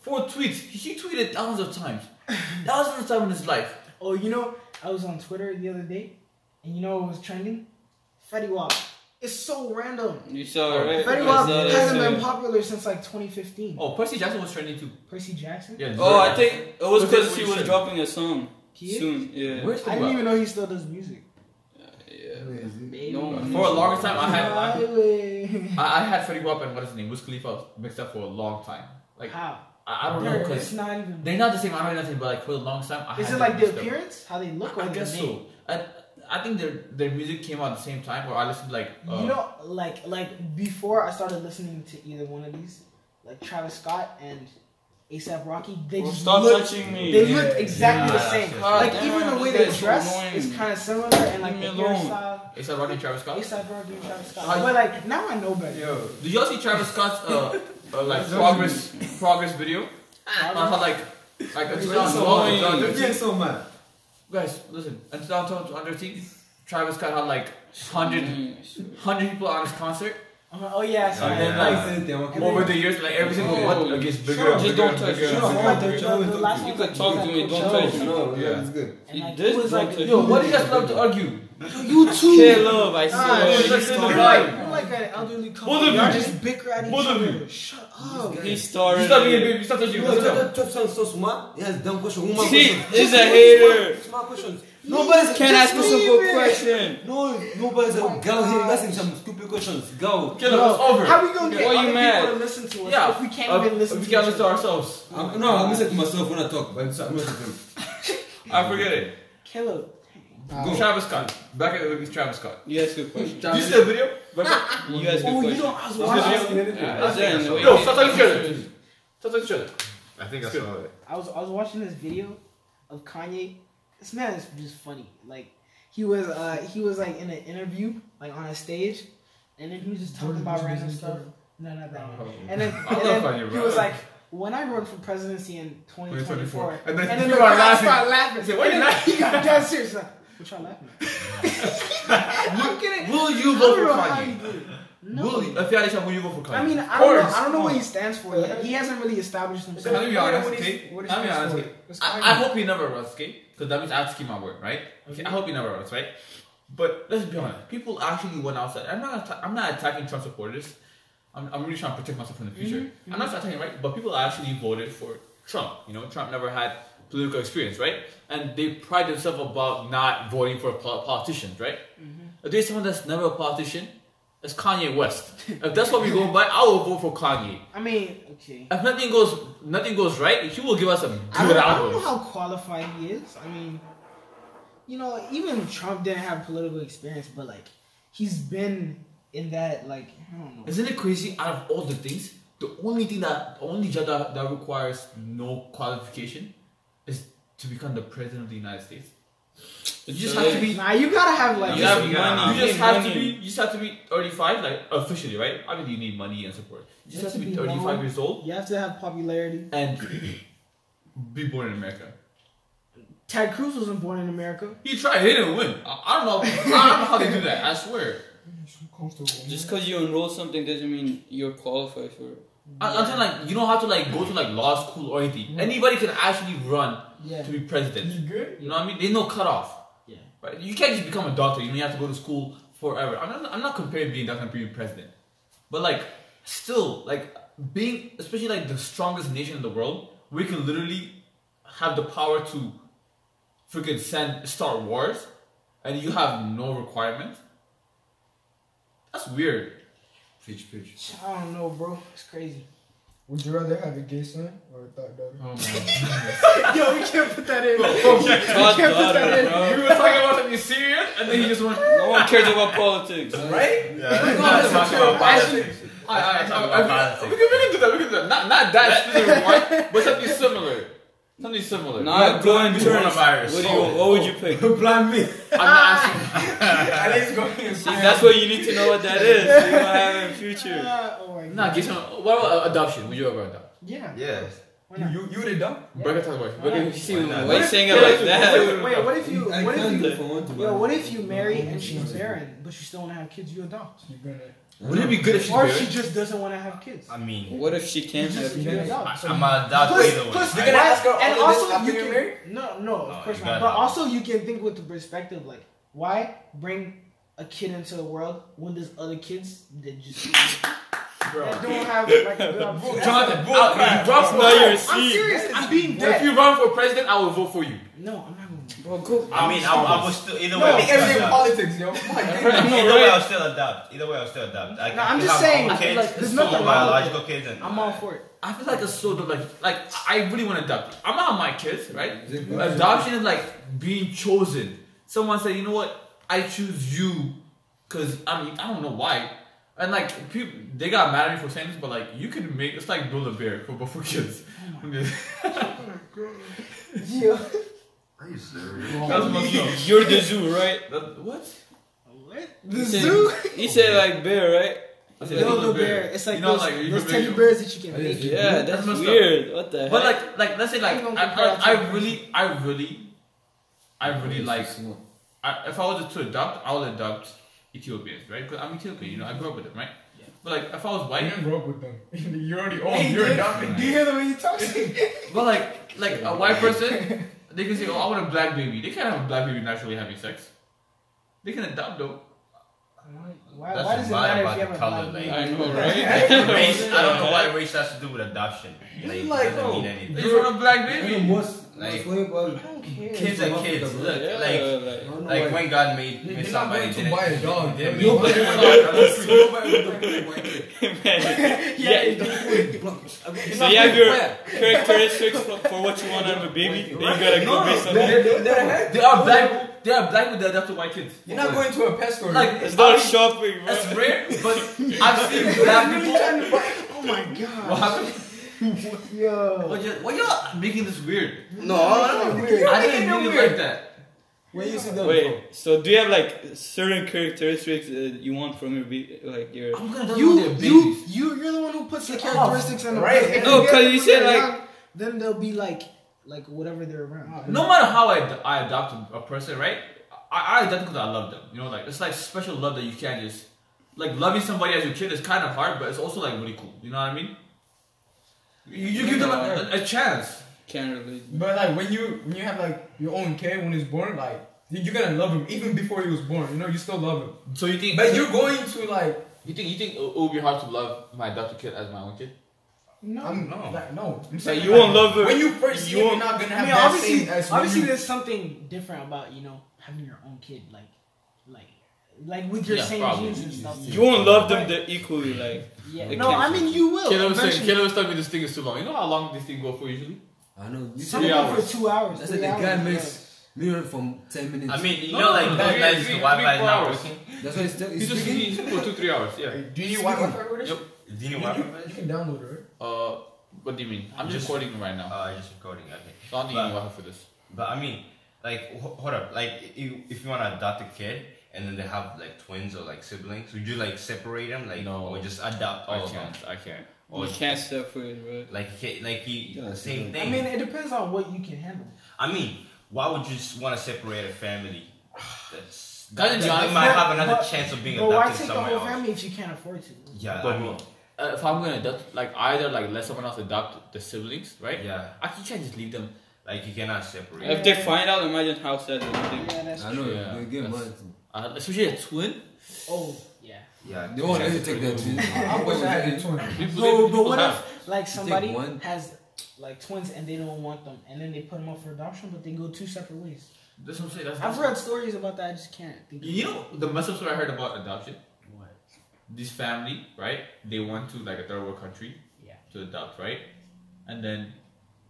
S3: Four tweets. He tweeted thousands of times, thousands of times in his life.
S2: Oh, you know, I was on Twitter the other day, and you know what was trending? Fetty Wap. It's so random.
S4: You saw it, right?
S2: Fetty
S4: I
S2: Wap
S4: saw that
S2: hasn't
S4: shit.
S2: been popular since like 2015.
S3: Oh, Percy Jackson was trending too.
S2: Percy Jackson.
S3: Yeah.
S4: Oh, I think it was
S3: Look at
S4: because
S3: what
S4: he
S3: you
S4: was
S3: said.
S4: dropping a song
S2: He is?
S4: soon. Yeah.
S3: Where's the
S2: I didn't
S3: Wap?
S2: even know he still does music.
S4: Yeah.
S2: Baby.
S4: No one
S3: For a long time, I had I,
S2: Highway.
S3: I had Fetty Wap and what is his name, Wiz Khalifa mixed up for a long time. Like I,
S2: How?
S3: I don't know
S2: They're- It's
S3: because
S2: not even.
S3: they're not the same. I don't know nothing, but like for a long time, I
S2: Is
S3: had
S2: it
S3: them
S2: like the
S3: mixed up.
S2: appearance? How they look?
S3: I
S2: or the
S3: guess
S2: name?
S3: so. I, I think their their music came out at the same time, or I listened like uh,
S2: you know, like like before I started listening to either one of these, like Travis Scott and ASAP Rocky, they
S4: Bro,
S2: just
S4: stop
S2: look,
S4: touching me.
S2: they
S1: Yeah.
S2: look exactly
S6: Yeah,
S2: the same.
S6: that's
S4: just-
S2: like
S4: God
S2: even
S4: damn,
S2: the way
S4: this
S2: they
S4: guy's so
S2: dress
S4: annoying.
S2: is kind of similar, and like the
S4: Leave me alone.
S2: hairstyle.
S3: it's a uh, Rodney Travis Scott.
S2: ASAP Rocky and Travis Scott.
S3: How you-
S2: but like now I know better.
S1: Yo.
S3: Do y'all see Travis Scott's uh, uh like progress progress video? Uh, how, like like in
S4: annoying.
S3: 2012,
S1: You're
S3: 2013.
S1: getting so mad.
S3: Guys, listen, in 2012, 2013, Travis Scott had like 100, 100 people on his concert.
S2: I'm like, oh yeah,
S6: Oh,
S2: sorry.
S3: And then
S6: yeah.
S3: like
S1: Like,
S3: over the years, like every single
S1: Oh,
S3: one like, gets
S1: shut
S3: bigger.
S1: up.
S4: Just
S3: bigger,
S4: don't touch
S3: bigger.
S1: Shut up.
S2: Like,
S1: Don't
S2: the-
S1: tell me,
S2: the
S1: don't
S2: last
S1: do
S4: it.
S2: one was,
S4: You could talk
S2: like,
S4: to me,
S2: Coachella,
S4: don't touch me.
S1: No,
S3: Yeah.
S1: yeah, it's good.
S2: and, like,
S4: This
S2: it was
S4: don't
S2: like
S4: touch
S3: Yo, what do you guys love to argue?
S2: you
S4: Chill
S2: too.
S4: love, I
S2: Ah,
S4: saw
S2: it's
S4: it.
S3: like-
S2: just
S3: in
S2: like-
S3: the
S2: you're
S3: vibe.
S2: like an elderly couple.
S3: Both of
S2: Y'all
S3: you.
S2: just bicker at each
S3: Both of
S2: other.
S3: you.
S2: Shut up.
S4: He
S3: You stop being
S4: started.
S3: big, you stop touching
S1: You
S3: me,
S1: know,
S3: what's
S1: that
S3: up?
S1: top sounds so smart. He has dumb question. Woman
S4: See,
S1: question.
S4: this is a
S1: Just
S4: hater.
S1: Smart, smart questions.
S4: Nobody can
S2: Just
S4: ask a simple
S2: leave it.
S4: question.
S1: No, nobody's a girl
S2: Oh God.
S1: him. That's some stupid questions. Girl.
S3: Kill him, it's over.
S2: How we gonna get
S4: Why you
S2: other
S4: mad?
S2: people to listen to us
S3: Yeah,
S2: if we can't
S3: Uh,
S2: even listen
S3: we
S2: to
S3: can't
S2: each
S3: listen to
S2: other?
S3: ourselves.
S1: I'm, no, I'm listening to myself when I talk, but I'm not listening.
S3: I forget it.
S2: Caleb,
S1: Go.
S3: Travis Scott. Back at with Travis Scott.
S4: You ask good question.
S3: Did you see that video?
S4: You ask
S2: oh,
S4: good
S2: you
S4: question.
S2: don't ask
S1: I'm not
S2: why.
S1: asking anything.
S4: Yeah, that's it.
S6: Yo,
S3: Yo, stop talking to each other. Stop talking to each other.
S6: I think I
S3: It's good.
S6: saw it.
S2: I was I was watching this video of Kanye This man is just funny. Like he was, uh, he was like in an interview, like on a stage, and then he was just talking about random stuff. No, not that. one. And then,
S3: I
S2: and then
S3: love Kanye,
S2: he
S3: bro.
S2: was like, "When I run for presidency in 2024,"
S3: 2024.
S2: and
S3: And
S2: then,
S3: then
S2: the
S3: you are
S2: crowd
S3: laughing.
S2: started laughing.
S3: He said, "Why
S2: And
S3: you
S2: then he got dead serious. Like, what y'all laughing? at?" I'm kidding.
S3: Will you
S2: I
S3: vote
S2: don't
S3: for
S2: know how you
S3: Kanye?
S2: do it.
S3: Will you, if you had a chance, will you vote for Kanye?
S2: I mean,
S3: Of
S2: I don't, know,
S3: course.
S2: I don't know what he stands for. yet. He hasn't really established himself.
S3: Can I be honest,
S5: What is-
S3: okay?
S5: what is
S3: Can I be
S5: this
S3: honest,
S5: for?
S3: okay?
S5: It's
S3: I,
S5: Kanye.
S3: I hope he never runs, okay? Because that means I have to keep my word, right? Okay,
S2: Mm-hmm.
S3: I hope he never runs, right? But let's be honest, people actually went outside. I'm not, atta- I'm not attacking Trump supporters. I'm, I'm really trying to protect myself from the future.
S2: Mm-hmm.
S3: I'm not attacking, right? But people actually voted for Trump. You know, Trump never had political experience, right? And they pride themselves about not voting for pol- politicians, right?
S2: Mm-hmm.
S3: If there's someone that's never a politician, it's Kanye West. if that's what we go by, I will vote for Kanye.
S2: I mean, okay.
S3: If nothing goes, nothing goes right. He will give us a good
S2: I don't, I don't know
S3: album.
S2: how qualified he is. I mean, you know, even Trump didn't have political experience, but like, he's been in that like I don't know.
S3: Isn't it crazy? Out of all the things, the only thing that, the only job that, that requires no qualification is to become the president of the United States. You just have to be.
S2: Nah, you gotta have like.
S3: You,
S6: Yeah.
S3: have-
S6: you gotta
S3: you
S6: have
S3: just
S4: money.
S3: have to be. You just have to be 35, like officially, right? I mean, you need money and support. You just have to be 35 years old
S2: You have to have popularity.
S3: and be born in America.
S2: Ted Cruz wasn't born in America.
S3: He tried. He didn't win. I, I don't know. I don't know how they do that. I swear.
S4: Just because you enroll something doesn't mean you're qualified for it.
S3: I, I'm saying like you don't have to like go to like law school or anything. Anybody can actually run
S2: Yeah.
S3: to be president.
S5: You good?
S3: You know what I mean? There's no cutoff.
S2: Yeah.
S3: Right? You can't just become a doctor. You know you have to go to school forever. I'm not, I'm not comparing being a doctor and being president, but like still like being especially like the strongest nation in the world, we can literally have the power to freaking send start wars, and you have no requirement. That's weird.
S1: Preach, preach.
S2: I don't know, bro. It's crazy.
S5: Would you rather have a gay son or a thought daughter?
S3: Oh my
S2: Yo, we can't put that in.
S4: God, God, bro.
S3: We were talking about something serious, and then he just went.
S4: No one cares about politics.
S3: Right?
S6: Yeah, that's not talking about politics.
S3: I, I,
S6: Talking
S3: I,
S6: about
S3: I, we,
S6: politics.
S3: can, we can do that. We can do that. Not, not that specific one, but something similar. Something similar.
S4: Not going to
S6: Coronavirus.
S4: What, do you, what would you pick?
S1: Blind me.
S3: I'm not
S6: Ah.
S3: asking.
S1: At least go in.
S4: See, that's what you need to know what that is. You might have in future.
S2: Uh, oh my god.
S3: Nah, get some. What about uh, adoption? Would you ever adopt?
S2: Yeah.
S6: Yes.
S2: Why not?
S1: You, you the dumb?
S3: Break it down, boy. Break it-
S4: See,
S6: Why not?
S4: why you saying it like that?
S2: Wait, what if you?
S1: I
S2: What if
S1: can
S2: you?
S1: do if I want to.
S2: Yo,
S1: but-
S2: what if you marry and she's barren, but you still want to have kids? You adopt.
S5: You're gonna.
S3: Would it be good if she's
S2: Or she
S3: married?
S2: just doesn't want to have kids.
S6: I mean,
S4: What if she can't have
S5: You
S4: you?
S2: You
S5: gonna-
S2: adopt.
S6: I, I'm a doctor
S2: Plus-
S6: either way.
S2: plus-
S6: right?
S1: You're gonna ask her all
S2: and
S1: of
S2: also
S1: this after
S2: you
S1: you're
S2: can,
S1: married?
S2: No, no,
S6: No,
S2: of course
S6: you
S2: not.
S6: gotta
S2: But
S6: adopt.
S2: also you can think with the perspective like, why bring a kid into the world when there's other kids that just that don't have like a good opportunity?
S3: Jonathan, I- you run for
S4: your
S2: I'm serious. I'm being
S3: If
S2: dead.
S3: you run for president, I will vote for you.
S2: No, I'm not going. to
S4: Bro, go.
S6: I mean, I, I was still either way.
S1: I think
S6: I was still
S1: everything
S6: adopt.
S1: politics, yo. My
S6: Either
S4: I know,
S6: way, I
S4: right?
S6: was still adopt. Either way, I was still adopt. I,
S2: No,
S6: I
S2: I'm
S6: can
S2: just
S6: have
S2: saying,
S6: my own
S2: I feel
S6: kids,
S2: like there's
S6: two
S2: nothing wrong with
S6: biological kids, and
S2: I'm all for it.
S3: I feel like it's so dope. Like, like I really want to adopt. I'm not on my kids, right? Adoption is like being chosen. Someone said, you know what? I choose you because I mean I don't know why. And like people, they got mad at me for saying this, but like you can make it's like build a bear for but for kids.
S2: Oh Yeah.
S1: Are you serious?
S3: That's what i
S4: You're the zoo, right?
S3: That, what?
S2: What?
S4: He
S2: The
S4: said-
S2: zoo.
S4: He said like bear, right?
S3: I said,
S2: Yo,
S3: build a
S2: the bear. It's like
S3: you know,
S2: those,
S3: like you
S2: those
S3: can
S2: teddy
S3: make-
S2: bears that you can make.
S4: Yeah,
S3: That's
S4: that's
S3: messed up.
S4: weird. What the heck?
S3: But like, like let's say like
S2: I'm gonna
S3: I,
S2: compare
S3: I,
S2: that
S3: I
S2: to-
S3: really, I really, I really like I, if I was to adopt, I would adopt Ethiopians, right? Because I'm Ethiopian, you know, I grew up with them, right? But like, if I was
S5: I
S3: white,
S5: didn't broke with them. you already
S1: Hey,
S5: own. You're
S1: dude.
S5: adopted.
S1: Do you hear the way he talks?
S3: but like, like a white person, they can say, "Oh, I want a black baby." They can't have a black baby naturally having sex. They can adopt though.
S2: Why,
S6: That's
S2: why does it
S6: why
S2: matter if
S6: about
S2: you
S6: the
S2: have a
S6: color,
S2: black
S6: like-
S2: man?
S4: I know, right?
S6: race. I don't know why race has to do with adoption. Like, it
S1: like,
S6: doesn't
S1: oh,
S6: mean anything.
S3: They just want a black baby.
S6: Like-
S2: I don't care.
S6: Kids are kids. Look,
S4: Yeah,
S6: like,
S4: like
S6: like when God made, made
S1: You're not
S6: somebody,
S1: going to
S6: didn't,
S1: buy a dog.
S6: didn't
S1: You're
S6: make
S1: not
S4: man. yeah. So you have your characteristics for, for what you want out of a baby. Then you gotta go based on that.
S3: They are black. They are black, but they adopt to white kids.
S1: going to a pet store.
S3: Like,
S4: It's
S3: it's
S4: not shopping, bro.
S3: That's rare, but I've seen black people.
S2: Oh my god.
S3: What happened?
S2: Yo.
S3: Why y'all- why y'all making this weird?
S6: No, I don't know.
S2: Weird.
S3: I didn't mean it like that.
S5: When you see them,
S4: Wait, so do you have like certain characteristics uh, you want from your be- like your?
S3: I'm gonna tell you,
S2: You,
S3: they're
S2: you,
S3: babies.
S2: you, you're the one who puts the
S1: Oh,
S5: off.
S2: characteristics on the
S5: Right.
S2: If
S4: No,
S2: they get
S4: 'cause
S2: it
S4: you
S2: when
S4: said,
S2: they're
S4: like-
S2: young, then they'll be like, like whatever they're around.
S3: No matter how I, ad- I adopt a, a person, right? I, I adopt because I love them. You know, like it's like special love that you can't just like loving somebody as your kid is kind of hard, but it's also like really cool. You know what I mean? You, you give them a, a, a chance.
S4: Can't relate.
S5: but like when you when you have like your own kid when he's born, like you- you're gonna love him even before he was born. You know, you still love him.
S3: So you think?
S5: But you're going to like
S3: you think you think it would be hard to love my adopted kid as my own kid?
S5: I'm
S6: No.
S5: like no. I'm
S4: So
S5: saying,
S4: you
S5: like,
S4: won't love her.
S5: when you first see
S4: you
S5: him, you're
S4: won't-
S5: not gonna
S2: I
S5: have
S2: mean,
S5: that same
S2: obviously,
S5: as when
S2: obviously,
S5: you-
S2: there's something different about you know having your own kid, like, like, like with your
S3: Yeah,
S2: same
S3: probably.
S2: genes and stuff.
S4: You won't love them the equally. Like
S2: Yeah.
S3: The
S2: No,
S3: kids.
S2: I mean you will.
S3: Kayla was saying,
S2: eventually.
S3: Kayla was telling me this thing is too long. You know how long this thing go for usually?
S1: I know. You
S2: Some
S1: see,
S2: of
S3: Three
S2: them
S3: hours.
S2: for two hours.
S1: that's
S2: three
S1: like the guy
S2: hours,
S1: makes mirror from ten minutes.
S3: I mean, you
S2: No,
S3: know, like
S2: no,
S3: no,
S2: no,
S3: those
S2: no,
S3: nights the Wi-Fi is
S5: four
S3: not
S5: hours.
S3: working.
S1: that's why he's still
S3: He
S1: he's
S3: just
S1: speaking.
S3: he for two three hours. Yeah.
S5: Do you need Wi-Fi orders?
S3: Yep.
S6: Do you need
S5: You,
S6: Wi-Fi?
S5: you can download it. right?
S3: Uh, what do you mean? I'm just recording right now.
S6: Uh, just recording. Okay.
S3: So I don't need
S6: But-
S3: any Wi-Fi for this.
S6: But I mean, like, ho- hold up. Like, i- if, if you want to adopt a kid and then they have like twins or like siblings, would you like separate them, like,
S3: No.
S6: or just adopt all
S3: I
S6: of them?
S3: can't. I can't.
S6: Or
S4: you can't separate, bro.
S6: Like, he- like he,
S1: Yeah,
S6: same
S2: yeah. I
S6: thing.
S2: mean, it depends on what you can handle.
S6: why would you just want to separate a family? That's
S3: Doesn't
S6: that, that
S3: John's-
S6: might have another
S2: but-
S6: chance of being
S2: But why
S6: adopted
S2: take the whole
S6: somewhere else.
S2: family if you can't afford to?
S6: Yeah,
S3: But
S6: I mean,
S3: uh, if I'm gonna adopt, like either like let someone else adopt the siblings, right?
S6: yeah,
S3: I you can't just leave them.
S6: like you cannot separate.
S4: If they find out, imagine how sad they would be.
S2: Yeah, that's
S1: I
S2: true.
S1: know.
S3: Yeah,
S1: they get
S3: that's-
S1: mad. too.
S3: Uh, especially a twin.
S2: Oh, yeah.
S6: Yeah,
S1: They won't let you take their twins.
S5: I wish I had a twin.
S3: People,
S2: So, but
S3: people
S2: what
S3: have-
S2: if like somebody
S1: one.
S2: has like twins and they don't want them, and then they put them up for adoption, but they go two separate ways?
S3: That's what I'm saying. That's
S2: I've read stories about that. I just can't think. of
S3: You know the mess ups that I heard about adoption. This family, right? They went to like a third world country
S2: Yeah.
S3: to adopt, right? And then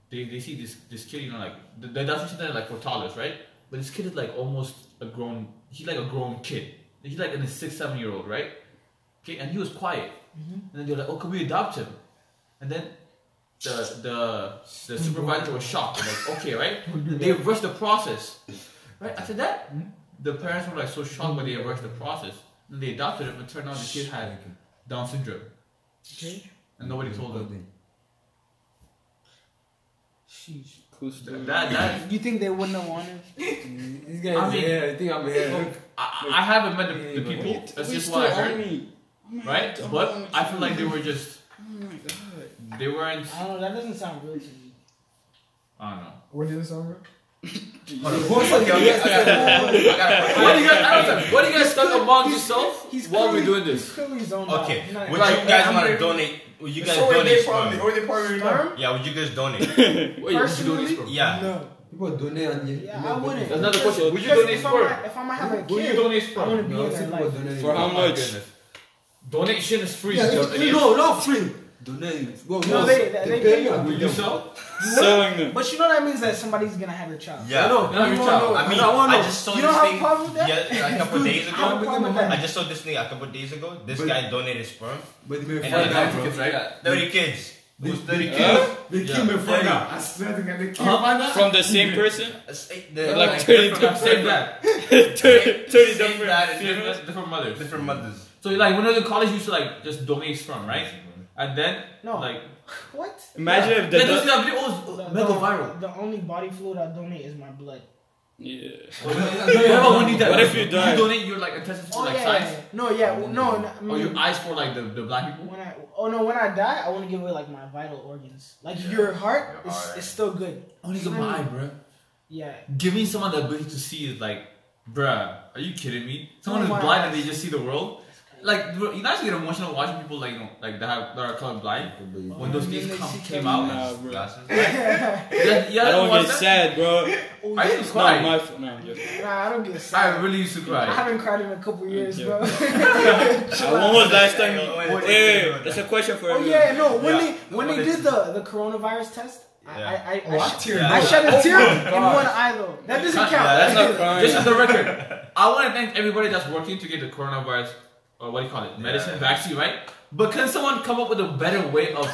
S3: they, they see this this kid, you know, like the, the adoption center like for toddlers, right? But this kid is like almost a grown. He's like a grown kid. He's like in a six seven year old, right? Okay, and he was quiet. And then they're like, "Oh, can we adopt him?" And then the the the supervisor was shocked. They're like, okay, right? They rushed the process. Right after that, the parents were like so shocked when they rushed the process. And they adopted him, and turned out the kid had Down syndrome,
S2: Okay.
S3: and nobody told them.
S2: Sheesh.
S4: Cool story.
S3: That oh that
S2: You think they wouldn't have wanted?
S1: This
S3: I
S1: guy is
S3: mean-
S1: here. I think I'm here.
S3: I, I haven't met the, the
S1: Wait,
S3: people. That's just what I heard, right? But I feel like they were just
S2: Oh
S3: they weren't.
S2: I don't know. That doesn't sound real to me.
S3: I don't know.
S5: What did it sound like?
S6: Okay, okay, I got it. I got it.
S3: What do you guys? I don't know. What do you guys talk among yourself
S2: He's
S3: while
S2: clearly-
S3: we're doing this?
S2: He's clearly zoned out.
S6: Okay,
S2: Not-
S6: would
S3: Like,
S6: you guys
S3: I'm
S6: want to
S3: very-
S6: donate? Would you guys
S5: So are
S6: donate
S5: they probably,
S6: sperm?
S5: or they probably
S2: Sperm?
S6: Yeah, would you guys donate?
S3: Wait, what you doing
S2: Personally?
S3: this for?
S6: Yeah.
S2: No.
S1: People donate and you.
S2: Yeah, I wouldn't.
S3: That's another
S2: Because-
S3: question. Would you
S2: because
S3: donate
S2: if I'm
S3: sperm?
S2: not- If I'm gonna have a
S3: Who you
S2: kid,
S3: donate
S2: I want
S3: sperm?
S2: to be
S1: No, some
S2: in their
S1: people
S2: life.
S1: donate.
S4: For how
S3: Oh my
S4: much?
S3: goodness. Donation is free.
S1: Yeah,
S3: Don't-
S1: it's- no, not free. Donate. Well,
S2: No, they- they- they pay you.
S3: Will you sell?
S4: Selling them.
S2: But you know that means that somebody's gonna have a child.
S6: Yeah.
S1: No,
S3: No, your
S1: no,
S3: child.
S1: no.
S6: I mean,
S1: No,
S6: I,
S1: no, no.
S6: just saw
S2: You
S6: this
S2: don't have a
S6: thing
S2: problem with that?
S6: yeah, a couple days
S2: I have a
S6: ago.
S2: problem with
S6: I
S2: that.
S6: just saw this thing a couple days ago. This
S1: But-
S6: guy donated sperm.
S1: But they may
S6: And
S1: find
S6: then
S1: out,
S6: I
S1: bro.
S3: Kids, right?
S6: 30 kids. It was 30 kids.
S4: Huh?
S1: They
S3: Yeah.
S1: kill me for
S6: Yeah.
S1: now. I swear to God, they
S5: Uh-huh.
S1: kill me.
S3: Huh?
S4: From the same person?
S6: It's- it- the-
S4: Like
S6: like,
S4: 30
S6: different,
S3: Same
S6: different,
S3: dad,
S4: 30
S6: same dad
S4: different
S6: and
S4: females?
S6: different,
S3: different mothers.
S6: different mothers.
S3: So like when I was in college, you used to like just donate sperm, right? And then
S2: No.
S3: like
S2: What?
S4: Imagine if the.
S3: then
S4: do-
S3: this video was
S2: The-
S3: mega
S2: the-
S3: viral.
S2: The only body fluid I donate is my blood.
S4: Yeah.
S3: Remember when you did
S4: What if you die?
S3: donate your like intestines for
S2: Oh
S3: like
S2: yeah, yeah,
S3: science, Oh,
S2: yeah. No, yeah,
S6: Oh,
S2: no, no. I
S3: or
S2: mean,
S3: your eyes for like the, the black people?
S2: when I oh no, when I die, I want to give away like my vital organs. Like your heart
S6: Your
S2: is,
S6: heart.
S2: is still good.
S3: Only give my eye, bro.
S2: Yeah.
S3: Giving someone the ability to see is like, bruh, are you kidding me? Someone
S2: Oh
S3: is
S2: my
S3: blind and
S2: eyes.
S3: they just see the world. Like bro, you guys get emotional watching people like you know like that have that are color blind when those
S2: And then
S3: things
S2: they
S3: come,
S2: see
S3: came
S2: color.
S3: out.
S4: Nah, bro.
S6: Glasses.
S3: Yeah, yeah,
S4: I don't
S3: watch
S4: get
S3: that?
S4: sad, bro.
S2: Oh,
S3: I
S2: yeah.
S3: used to
S4: Not
S3: cry.
S4: my fault. No, I'm joking.
S2: Nah, I don't get
S3: I
S2: sad.
S3: really used to
S2: I
S3: cry.
S2: haven't cried in a couple years,
S4: Yeah.
S2: bro.
S4: Uh, When was last time?
S6: Wait, wait,
S4: you-
S6: wait,
S4: Hey,
S6: wait, wait.
S4: that's a question for
S2: oh
S4: everyone.
S2: yeah, no. When
S6: Yeah.
S2: they when
S6: What
S2: they
S6: is
S2: did the the coronavirus test, I
S6: Yeah.
S2: I I,
S5: Oh, I
S2: I,
S5: teared
S6: Yeah.
S5: up.
S2: I shed a
S4: Oh
S2: tear
S4: my
S2: in
S4: God.
S2: one eye though. That doesn't
S3: Yeah,
S2: count.
S4: That's not
S1: Oh,
S4: crying.
S3: This is the record. I want to thank everybody that's working to get the coronavirus, or what do you call it, medicine,
S6: Yeah.
S3: vaccine, right? But can someone come up with a better way of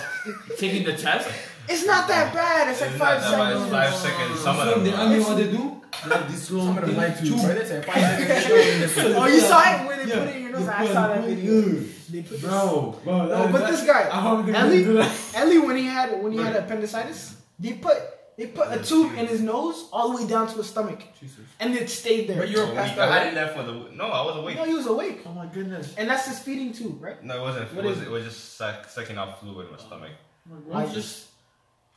S3: taking the test?
S2: It's not that bad. It's like
S6: It's
S2: five
S6: not that much,
S2: seconds.
S6: Five seconds. Some
S1: So
S6: of
S1: they
S6: them.
S1: only what they do? Like this long
S5: I'm gonna
S1: thing,
S5: lie to you.
S1: two-
S5: bro. That's a five second show in this-
S2: Oh, you saw it when they
S1: Yeah.
S2: put it in your nose.
S1: They
S2: I
S1: put-
S2: saw that
S1: put-
S2: video.
S1: Ugh.
S2: They put this.
S1: Bro, bro,
S2: No,
S1: that-
S2: but
S1: that-
S2: this guy,
S1: I hope they
S2: Ellie-
S1: do that.
S2: Ellie, when he had when he had appendicitis, they put they put a tube in his nose all the way down to his stomach,
S1: Jesus.
S2: and it stayed there.
S5: But you were
S6: Oh,
S5: passed
S6: we- I
S5: out.
S6: didn't that for the. No, I was awake.
S2: no, he was awake,
S1: Oh my goodness.
S2: and that's his feeding tube, right?
S6: No, it wasn't.
S2: What
S6: It was,
S2: is
S6: it was just suck, sucking out fluid in my stomach.
S1: I just,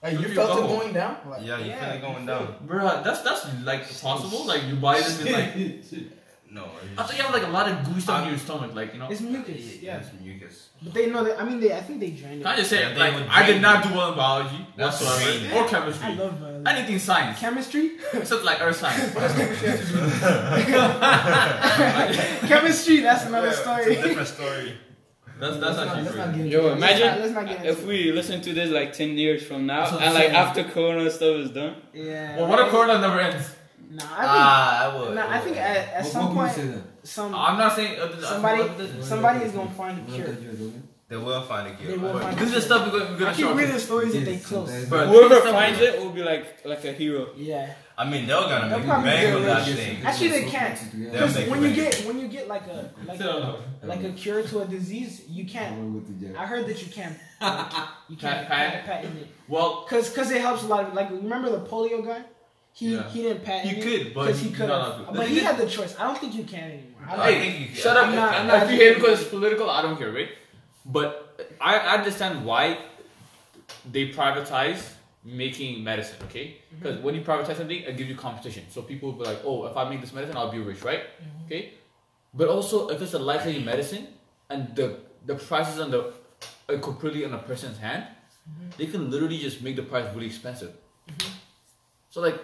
S5: Like, you
S6: you
S5: felt it
S6: go.
S5: going down? Like,
S6: Yeah, you
S2: yeah,
S6: feel it going down.
S3: Bruh, that's that's like possible. Like you buy this in like.
S6: No.
S3: I thought you have like a lot of gooey stuff in your stomach, like you know.
S2: It's mucus.
S6: Yes,
S2: Yeah,
S6: mucus.
S2: but they know that. I mean, they I think they drained
S3: Can I
S2: it.
S3: just say
S6: Yeah, they
S3: like
S6: would
S3: I
S6: drain
S3: did not
S6: you.
S3: do well in biology
S6: That's
S3: whatsoever
S6: draining.
S3: or
S2: I
S3: chemistry.
S2: love uh,
S3: Anything science
S2: chemistry.
S3: except like earth science.
S2: chemistry. That's another
S6: Yeah,
S2: story.
S6: It's a different story.
S3: That's that's
S5: let's not-
S3: actually
S5: let's not
S3: crazy.
S5: get
S4: Yo,
S5: into
S2: Let's
S5: it.
S2: not-
S4: imagine
S2: let's not get
S4: if
S2: into it.
S4: we listen to this like 10 years from now
S1: That's what I'm
S4: and like
S1: saying.
S4: after corona stuff is done.
S2: Yeah.
S3: Well, what if Corona never ends?
S2: Nah, I
S6: Ah, I
S2: think.
S6: would.
S2: nah, I think at, at
S1: What-
S2: some
S1: what
S2: point,
S1: can you say then?
S2: some
S3: I'm not saying uh, th-
S2: somebody
S3: uh, th-
S2: somebody is gonna find a
S1: What
S2: cure.
S1: that you're doing?
S6: They will find a cure.
S2: They will
S6: but-
S2: find-
S3: This is the stuff we're gonna, we're
S2: I
S3: gonna
S2: keep
S3: show. up
S2: reading
S3: with.
S2: stories that they
S1: Yes,
S2: close.
S1: sometimes.
S3: Bro,
S4: Whoever
S3: this stuff-
S4: finds it will be like like a hero.
S2: Yeah.
S6: I mean, they're gonna
S2: They'll
S6: make
S2: probably
S6: bang
S2: do
S6: on
S2: it.
S6: that thing.
S2: Actually, they
S1: Yeah.
S2: can't.
S1: Yeah.
S2: Because
S6: They'll make
S2: when
S6: it
S2: you
S6: better.
S2: get when you get like a like a, like a cure to a disease, you can't.
S1: I'm with the
S2: I
S1: jail.
S2: heard that you can. Like, you can't
S3: Pat- pat?
S2: pat, patent it
S3: Well,
S2: because because it helps a lot. Of, like remember the polio guy? He
S3: Yeah.
S2: he didn't patent
S3: You
S2: it
S3: could, but
S2: 'cause
S3: you
S2: he could
S3: cannot do it.
S2: have. But he had the choice. I don't think you can anymore. I don't-
S6: I think you can.
S3: shut up.
S2: I'm not- I'm not-
S3: if you hate it because it's political, I don't care, right? But I I understand why they privatize making medicine, okay?
S2: Mm-hmm.
S3: Because when you privatize something, it gives you competition. So people will be like, oh, if I make this medicine, I'll be rich, right?
S2: Mm-hmm.
S3: Okay. But also, if it's a life-saving medicine and the the price is on the uh, completely on a person's hand,
S2: Mm-hmm.
S3: they can literally just make the price really expensive. So like,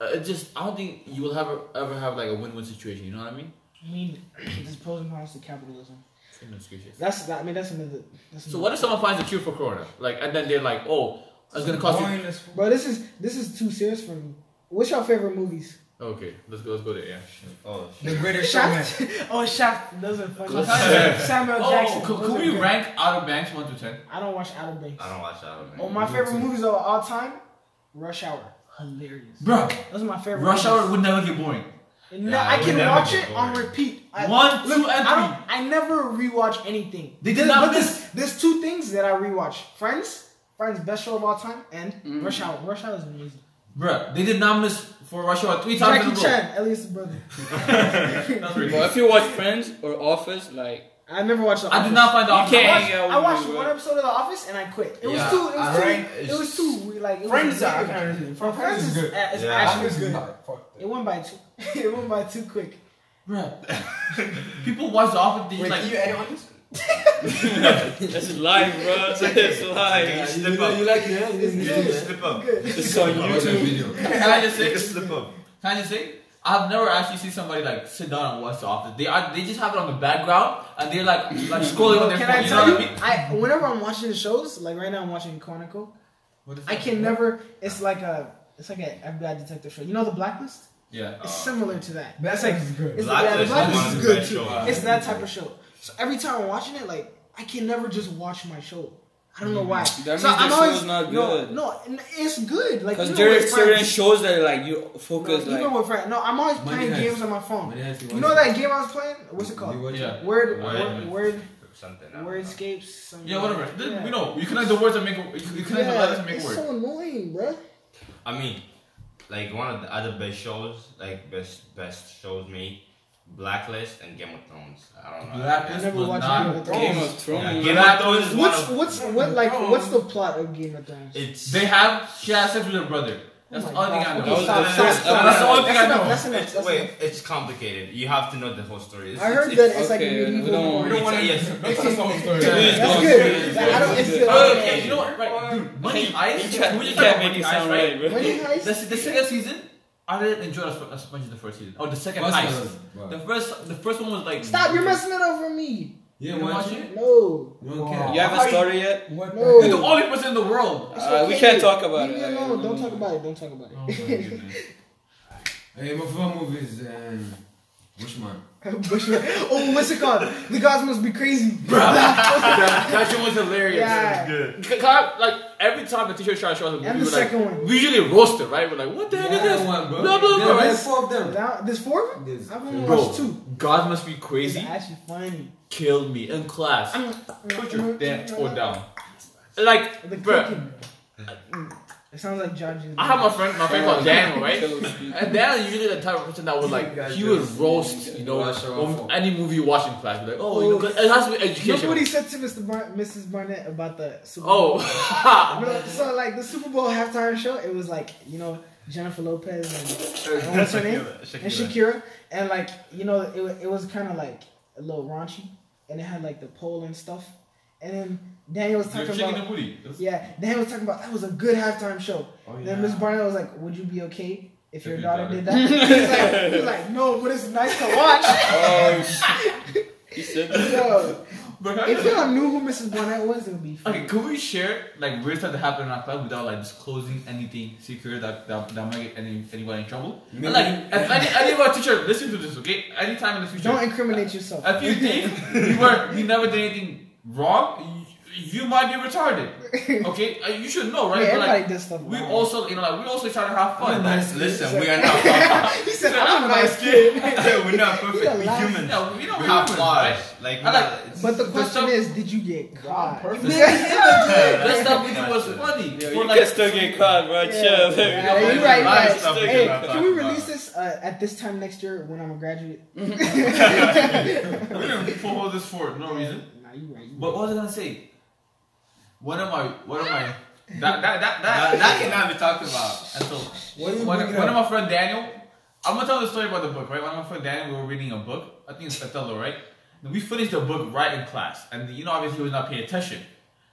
S3: uh, uh, it just I don't think you will have ever have like a win-win situation. You know what I mean?
S2: I mean, there's pros and cons to capitalism.
S3: Goodness gracious.
S2: That's that. I mean, that's another. That's
S3: So
S2: another-
S3: what if someone finds a cure for corona? Like, and then they're like, oh, it's gonna cost you.
S5: Boring as fuck.
S2: Bro, this is this is too serious for me. What's your favorite movies?
S3: Okay, let's go. Let's go there. Yeah.
S6: Oh, shit.
S5: The greatest showman.
S2: Shaft. oh, Shaft. Those are funny.
S3: Good.
S2: Samuel Jackson.
S3: Oh, could,
S2: Those
S3: could
S2: are
S3: we
S2: good.
S3: rank Outer Banks one to ten?
S2: I don't watch Outer Banks.
S6: I don't watch that one. man.
S2: Oh, my favorite movies of all time: Rush Hour. Hilarious.
S3: Bro,
S2: Those are my favorite.
S3: Rush Hour
S2: movies.
S3: would never get boring.
S2: No,
S6: Yeah,
S2: I
S6: it
S2: can
S6: would never
S2: watch
S6: get
S2: it on
S6: boring.
S2: repeat. I,
S3: One, two, and
S2: I don't. I never rewatch anything.
S3: They did
S2: But
S3: not
S2: there's- There's two things that I rewatch: Friends, Friends, best show of all time, and Rush Hour. Rush Hour is amazing.
S3: Bro, they did not miss for Rush Hour three times
S2: Jackie
S3: in a row.
S2: Chan, Elliot's brother.
S3: That's pretty
S4: Well, if you watch Friends or Office, like
S2: I never watched. The
S3: I did not find the
S4: You
S3: Office.
S4: can't.
S3: I
S4: Yeah,
S2: I
S4: we
S2: watched
S4: were-
S2: one episode of The Office and I quit. It was
S6: Yeah,
S2: too. It was
S6: I-
S2: too.
S6: Friends
S2: It was
S6: is-
S2: too. we- Like it was
S5: Friends are. I
S2: weird.
S5: can't really-
S2: From Friends is,
S1: good.
S2: uh, it's
S6: Yeah,
S2: actually
S1: Office is
S2: good.
S1: not- fuck that.
S2: It went by too. it went by too quick.
S3: watched- Bruh, people watch the Office. They
S5: Wait,
S3: just
S5: can you
S3: like,
S5: edit on this?
S4: this is live, bro. This is
S1: Yeah,
S4: live.
S1: you,
S6: Slip
S1: like-
S6: up.
S1: you like it, huh? You like
S2: It's
S6: You
S1: it?
S2: good.
S6: just slip up.
S2: Good.
S4: This is on
S1: I watched that
S4: YouTube.
S1: video.
S3: can I just
S6: Take a
S3: say?
S6: slip up.
S3: Can I just say? I've never actually seen somebody like sit down and watch the Office. They are, they just have it on the background and they're like like scrolling on their
S2: Can
S3: phone.
S2: I
S3: you know
S2: tell
S3: what I
S2: you?
S3: mean?
S2: I whenever I'm watching shows, like right now I'm watching Chronicle.
S3: What is
S2: I
S3: that?
S2: can never. It's like a. It's like an FBI detective show. You know the Blacklist?
S3: Yeah.
S2: It's
S6: Uh,
S2: similar to that.
S5: That's like good.
S2: It's
S6: Blacklist is
S2: the, yeah, Blacklist
S6: one
S2: is
S6: of the
S2: good
S6: best
S2: too.
S6: shows.
S2: It's that type of show. So every time I'm watching it, like I can never just watch my show. I don't know why.
S4: That
S2: so
S4: means
S2: I'm
S4: the
S2: always
S4: show's not good.
S2: No, no, n- it's good. Like
S4: Because
S2: you know,
S4: there are
S2: with
S4: certain
S2: friends.
S4: shows that like you
S2: No,
S4: focus
S2: even
S4: like.
S2: with friends. No, I'm always
S1: Money
S2: playing
S1: Heist.
S2: games on my phone.
S1: Money Heist,
S2: You
S1: watch
S2: know
S1: it.
S2: that game I was playing? What's it
S1: You
S2: called?
S1: watch it?
S3: Yeah.
S2: Word,
S6: Word.
S2: word, word,
S6: Something.
S2: wordscapes. some-
S3: Yeah, whatever. Th-
S2: Yeah.
S3: We know. You connect the words and make a, you you connect the
S2: Yeah,
S3: letters and make a
S2: it's
S3: word.
S2: so annoying, bruh.
S6: I mean, like one of the other best shows, like best best shows made, Blacklist and Game of Thrones. I don't know.
S3: Blacklist
S2: I never
S3: was
S2: watched Game
S3: not.
S2: of
S4: Game
S2: Thrones.
S4: of Thrones.
S6: Game of Thrones is one
S2: What's
S6: of
S2: what's what like what's the plot of Game of Thrones?
S6: it's.
S3: They have she has sex with her brother. That's
S2: Oh
S3: the
S2: my
S3: only thing
S2: God.
S3: I know.
S2: Okay,
S4: That was the
S2: stop,
S4: first
S2: stop, stop.
S3: episode. That's the only thing I
S2: enough,
S3: know.
S2: That's enough.
S6: it's-
S2: that's
S6: wait,
S2: enough.
S6: it's complicated. You have to know the whole story. It's,
S2: I heard
S6: it's,
S2: that it's like a
S4: okay, we
S2: medieval
S4: don't-
S2: war.
S4: we
S6: It's, it's, yes.
S5: That's the whole story.
S4: Please
S2: That's
S4: don't
S2: good.
S4: say it.
S2: Like, I don't- it's still-
S3: Oh,
S2: Yeah.
S3: okay, you know what? Right, dude. Money Heist.
S4: You can't-
S3: we
S4: you
S3: just talked
S4: can't
S3: about
S4: make it
S3: Money
S4: sound
S3: Heist,
S4: right, bro.
S2: Money heist.
S3: The, the second season, I didn't enjoy as, fu- as much as the first season. Oh, the second
S1: First
S3: heist.
S1: one, bro.
S3: The first, the first one was like.
S2: Stop! You're messing it up for me.
S1: Yeah,
S3: You
S1: watch
S3: watch
S1: it.
S3: it?
S2: No.
S1: You don't
S5: Wow.
S1: care.
S4: You haven't started yet.
S1: What
S2: No.
S1: the
S3: You're
S1: heck?
S3: the only person in the world.
S2: It's
S4: Uh, we
S2: okay.
S4: can't talk about
S2: Leave
S4: it.
S2: me alone. Don't talk about it. Don't talk
S3: Oh
S2: about
S3: my
S2: it.
S3: goodness.
S1: Hey, my favorite movie is um, Bushman.
S2: Bushman. Oh, what's it called? The guys must be crazy.
S1: That, that shit was hilarious.
S2: Yeah.
S1: It
S3: C- Kyle, like every time the t-shirt shot shows up, we
S2: And the
S3: were like,
S2: second one.
S3: we usually roast it, right? We're like, what the heck is
S1: Yeah,
S3: this?
S1: one, bro.
S3: Blah blah
S1: There
S3: blah.
S1: were
S3: Right?
S1: four of them.
S2: That, there's four of them?
S1: There's-
S2: I've only
S3: Bro.
S2: watched two.
S3: God must be
S7: It's
S3: crazy.
S7: actually funny.
S3: Kill me in class. Put your damn toe down. Like,
S2: The
S3: bruh,
S2: cooking. Mm. It sounds like John Jesus.
S3: I have my friend, my friend called Daniel, right?
S1: right?
S3: And Daniel is usually the type of person that would
S1: You
S3: like
S1: guys
S3: he
S1: do.
S3: would roast, you know,
S1: Watch your
S3: when-
S1: phone.
S3: any movie you watch in class. Be like, oh, you know, 'cause it has to be
S2: Look what
S3: education.
S2: he said to Mr. Bar- Mrs. Barnett about the Super Bowl.
S3: Oh,
S2: No, so like the Super Bowl halftime show, it was like you know Jennifer Lopez and, and what's her name and Shakira, and like you know it wa- it was kind of like a little raunchy, and it had like the pole and stuff, and then Daniel was
S3: you're
S2: talking
S3: shaking the
S2: about
S3: booty.
S2: yeah Daniel was talking about that was a good halftime show. Then Miss Barnett was like, would you be okay? If your
S3: your
S2: daughter
S3: daughter-
S2: did that, he was, like, he was like, no, but it's nice to watch.
S4: Oh shit. He said that.
S2: Yo,
S3: Bro, can I
S2: if
S3: just-
S2: y'all knew who Mrs. Barnett was, it would be funny.
S3: Okay, could we share like weird stuff that happened in our club without like disclosing anything secure that that, that might get any, anyone in trouble? And, like, if any, any of our teachers listen to this, okay? Anytime in the future,
S2: Don't incriminate yourself.
S3: if you think you were you never did anything wrong, you, you might be retarded. Okay, Uh, you should know,
S2: Yeah,
S3: right? But,
S2: everybody
S3: like,
S2: does stuff.
S3: we
S2: wrong.
S3: also, you know, like we also try to have fun.
S6: Listen, we are not perfect.
S2: he said,
S3: Yeah,
S2: I'm a
S3: I'm
S2: nice kid.
S6: We're not perfect. We're
S2: liar.
S6: human.
S3: yeah, we don't
S6: We
S3: have
S6: have
S3: fun.
S6: flaws.
S3: Right?
S6: Like,
S3: I like-
S6: it's-
S2: But the
S3: The
S2: question
S3: stuff-
S2: is, did you get caught?
S1: perfect.
S3: That stuff we did was funny.
S4: Yo,
S3: For,
S4: you
S3: like,
S4: can still get caught, bro. Chill.
S2: Yeah,
S6: Yeah,
S2: you're right, you're
S6: lies
S2: right.
S6: stuff we
S2: Hey,
S6: cannot
S2: can we
S6: talk
S2: release
S6: about.
S2: this uh, at this time next year when I'm a graduate?
S3: we didn't follow this for no reason.
S2: Nah, you right. you
S3: But what was I gonna say? What am I? What am I? That that that that.
S6: That, that cannot be talked about.
S3: And so
S1: What are you
S3: one,
S1: bringing
S3: one of
S1: up?
S3: my friend Daniel. I'm gonna tell the story about the book, right? One of my friend Daniel, we were reading a book. I think it's Fratello, right? And we finished the book right in class, and you know, obviously, he was not paying attention.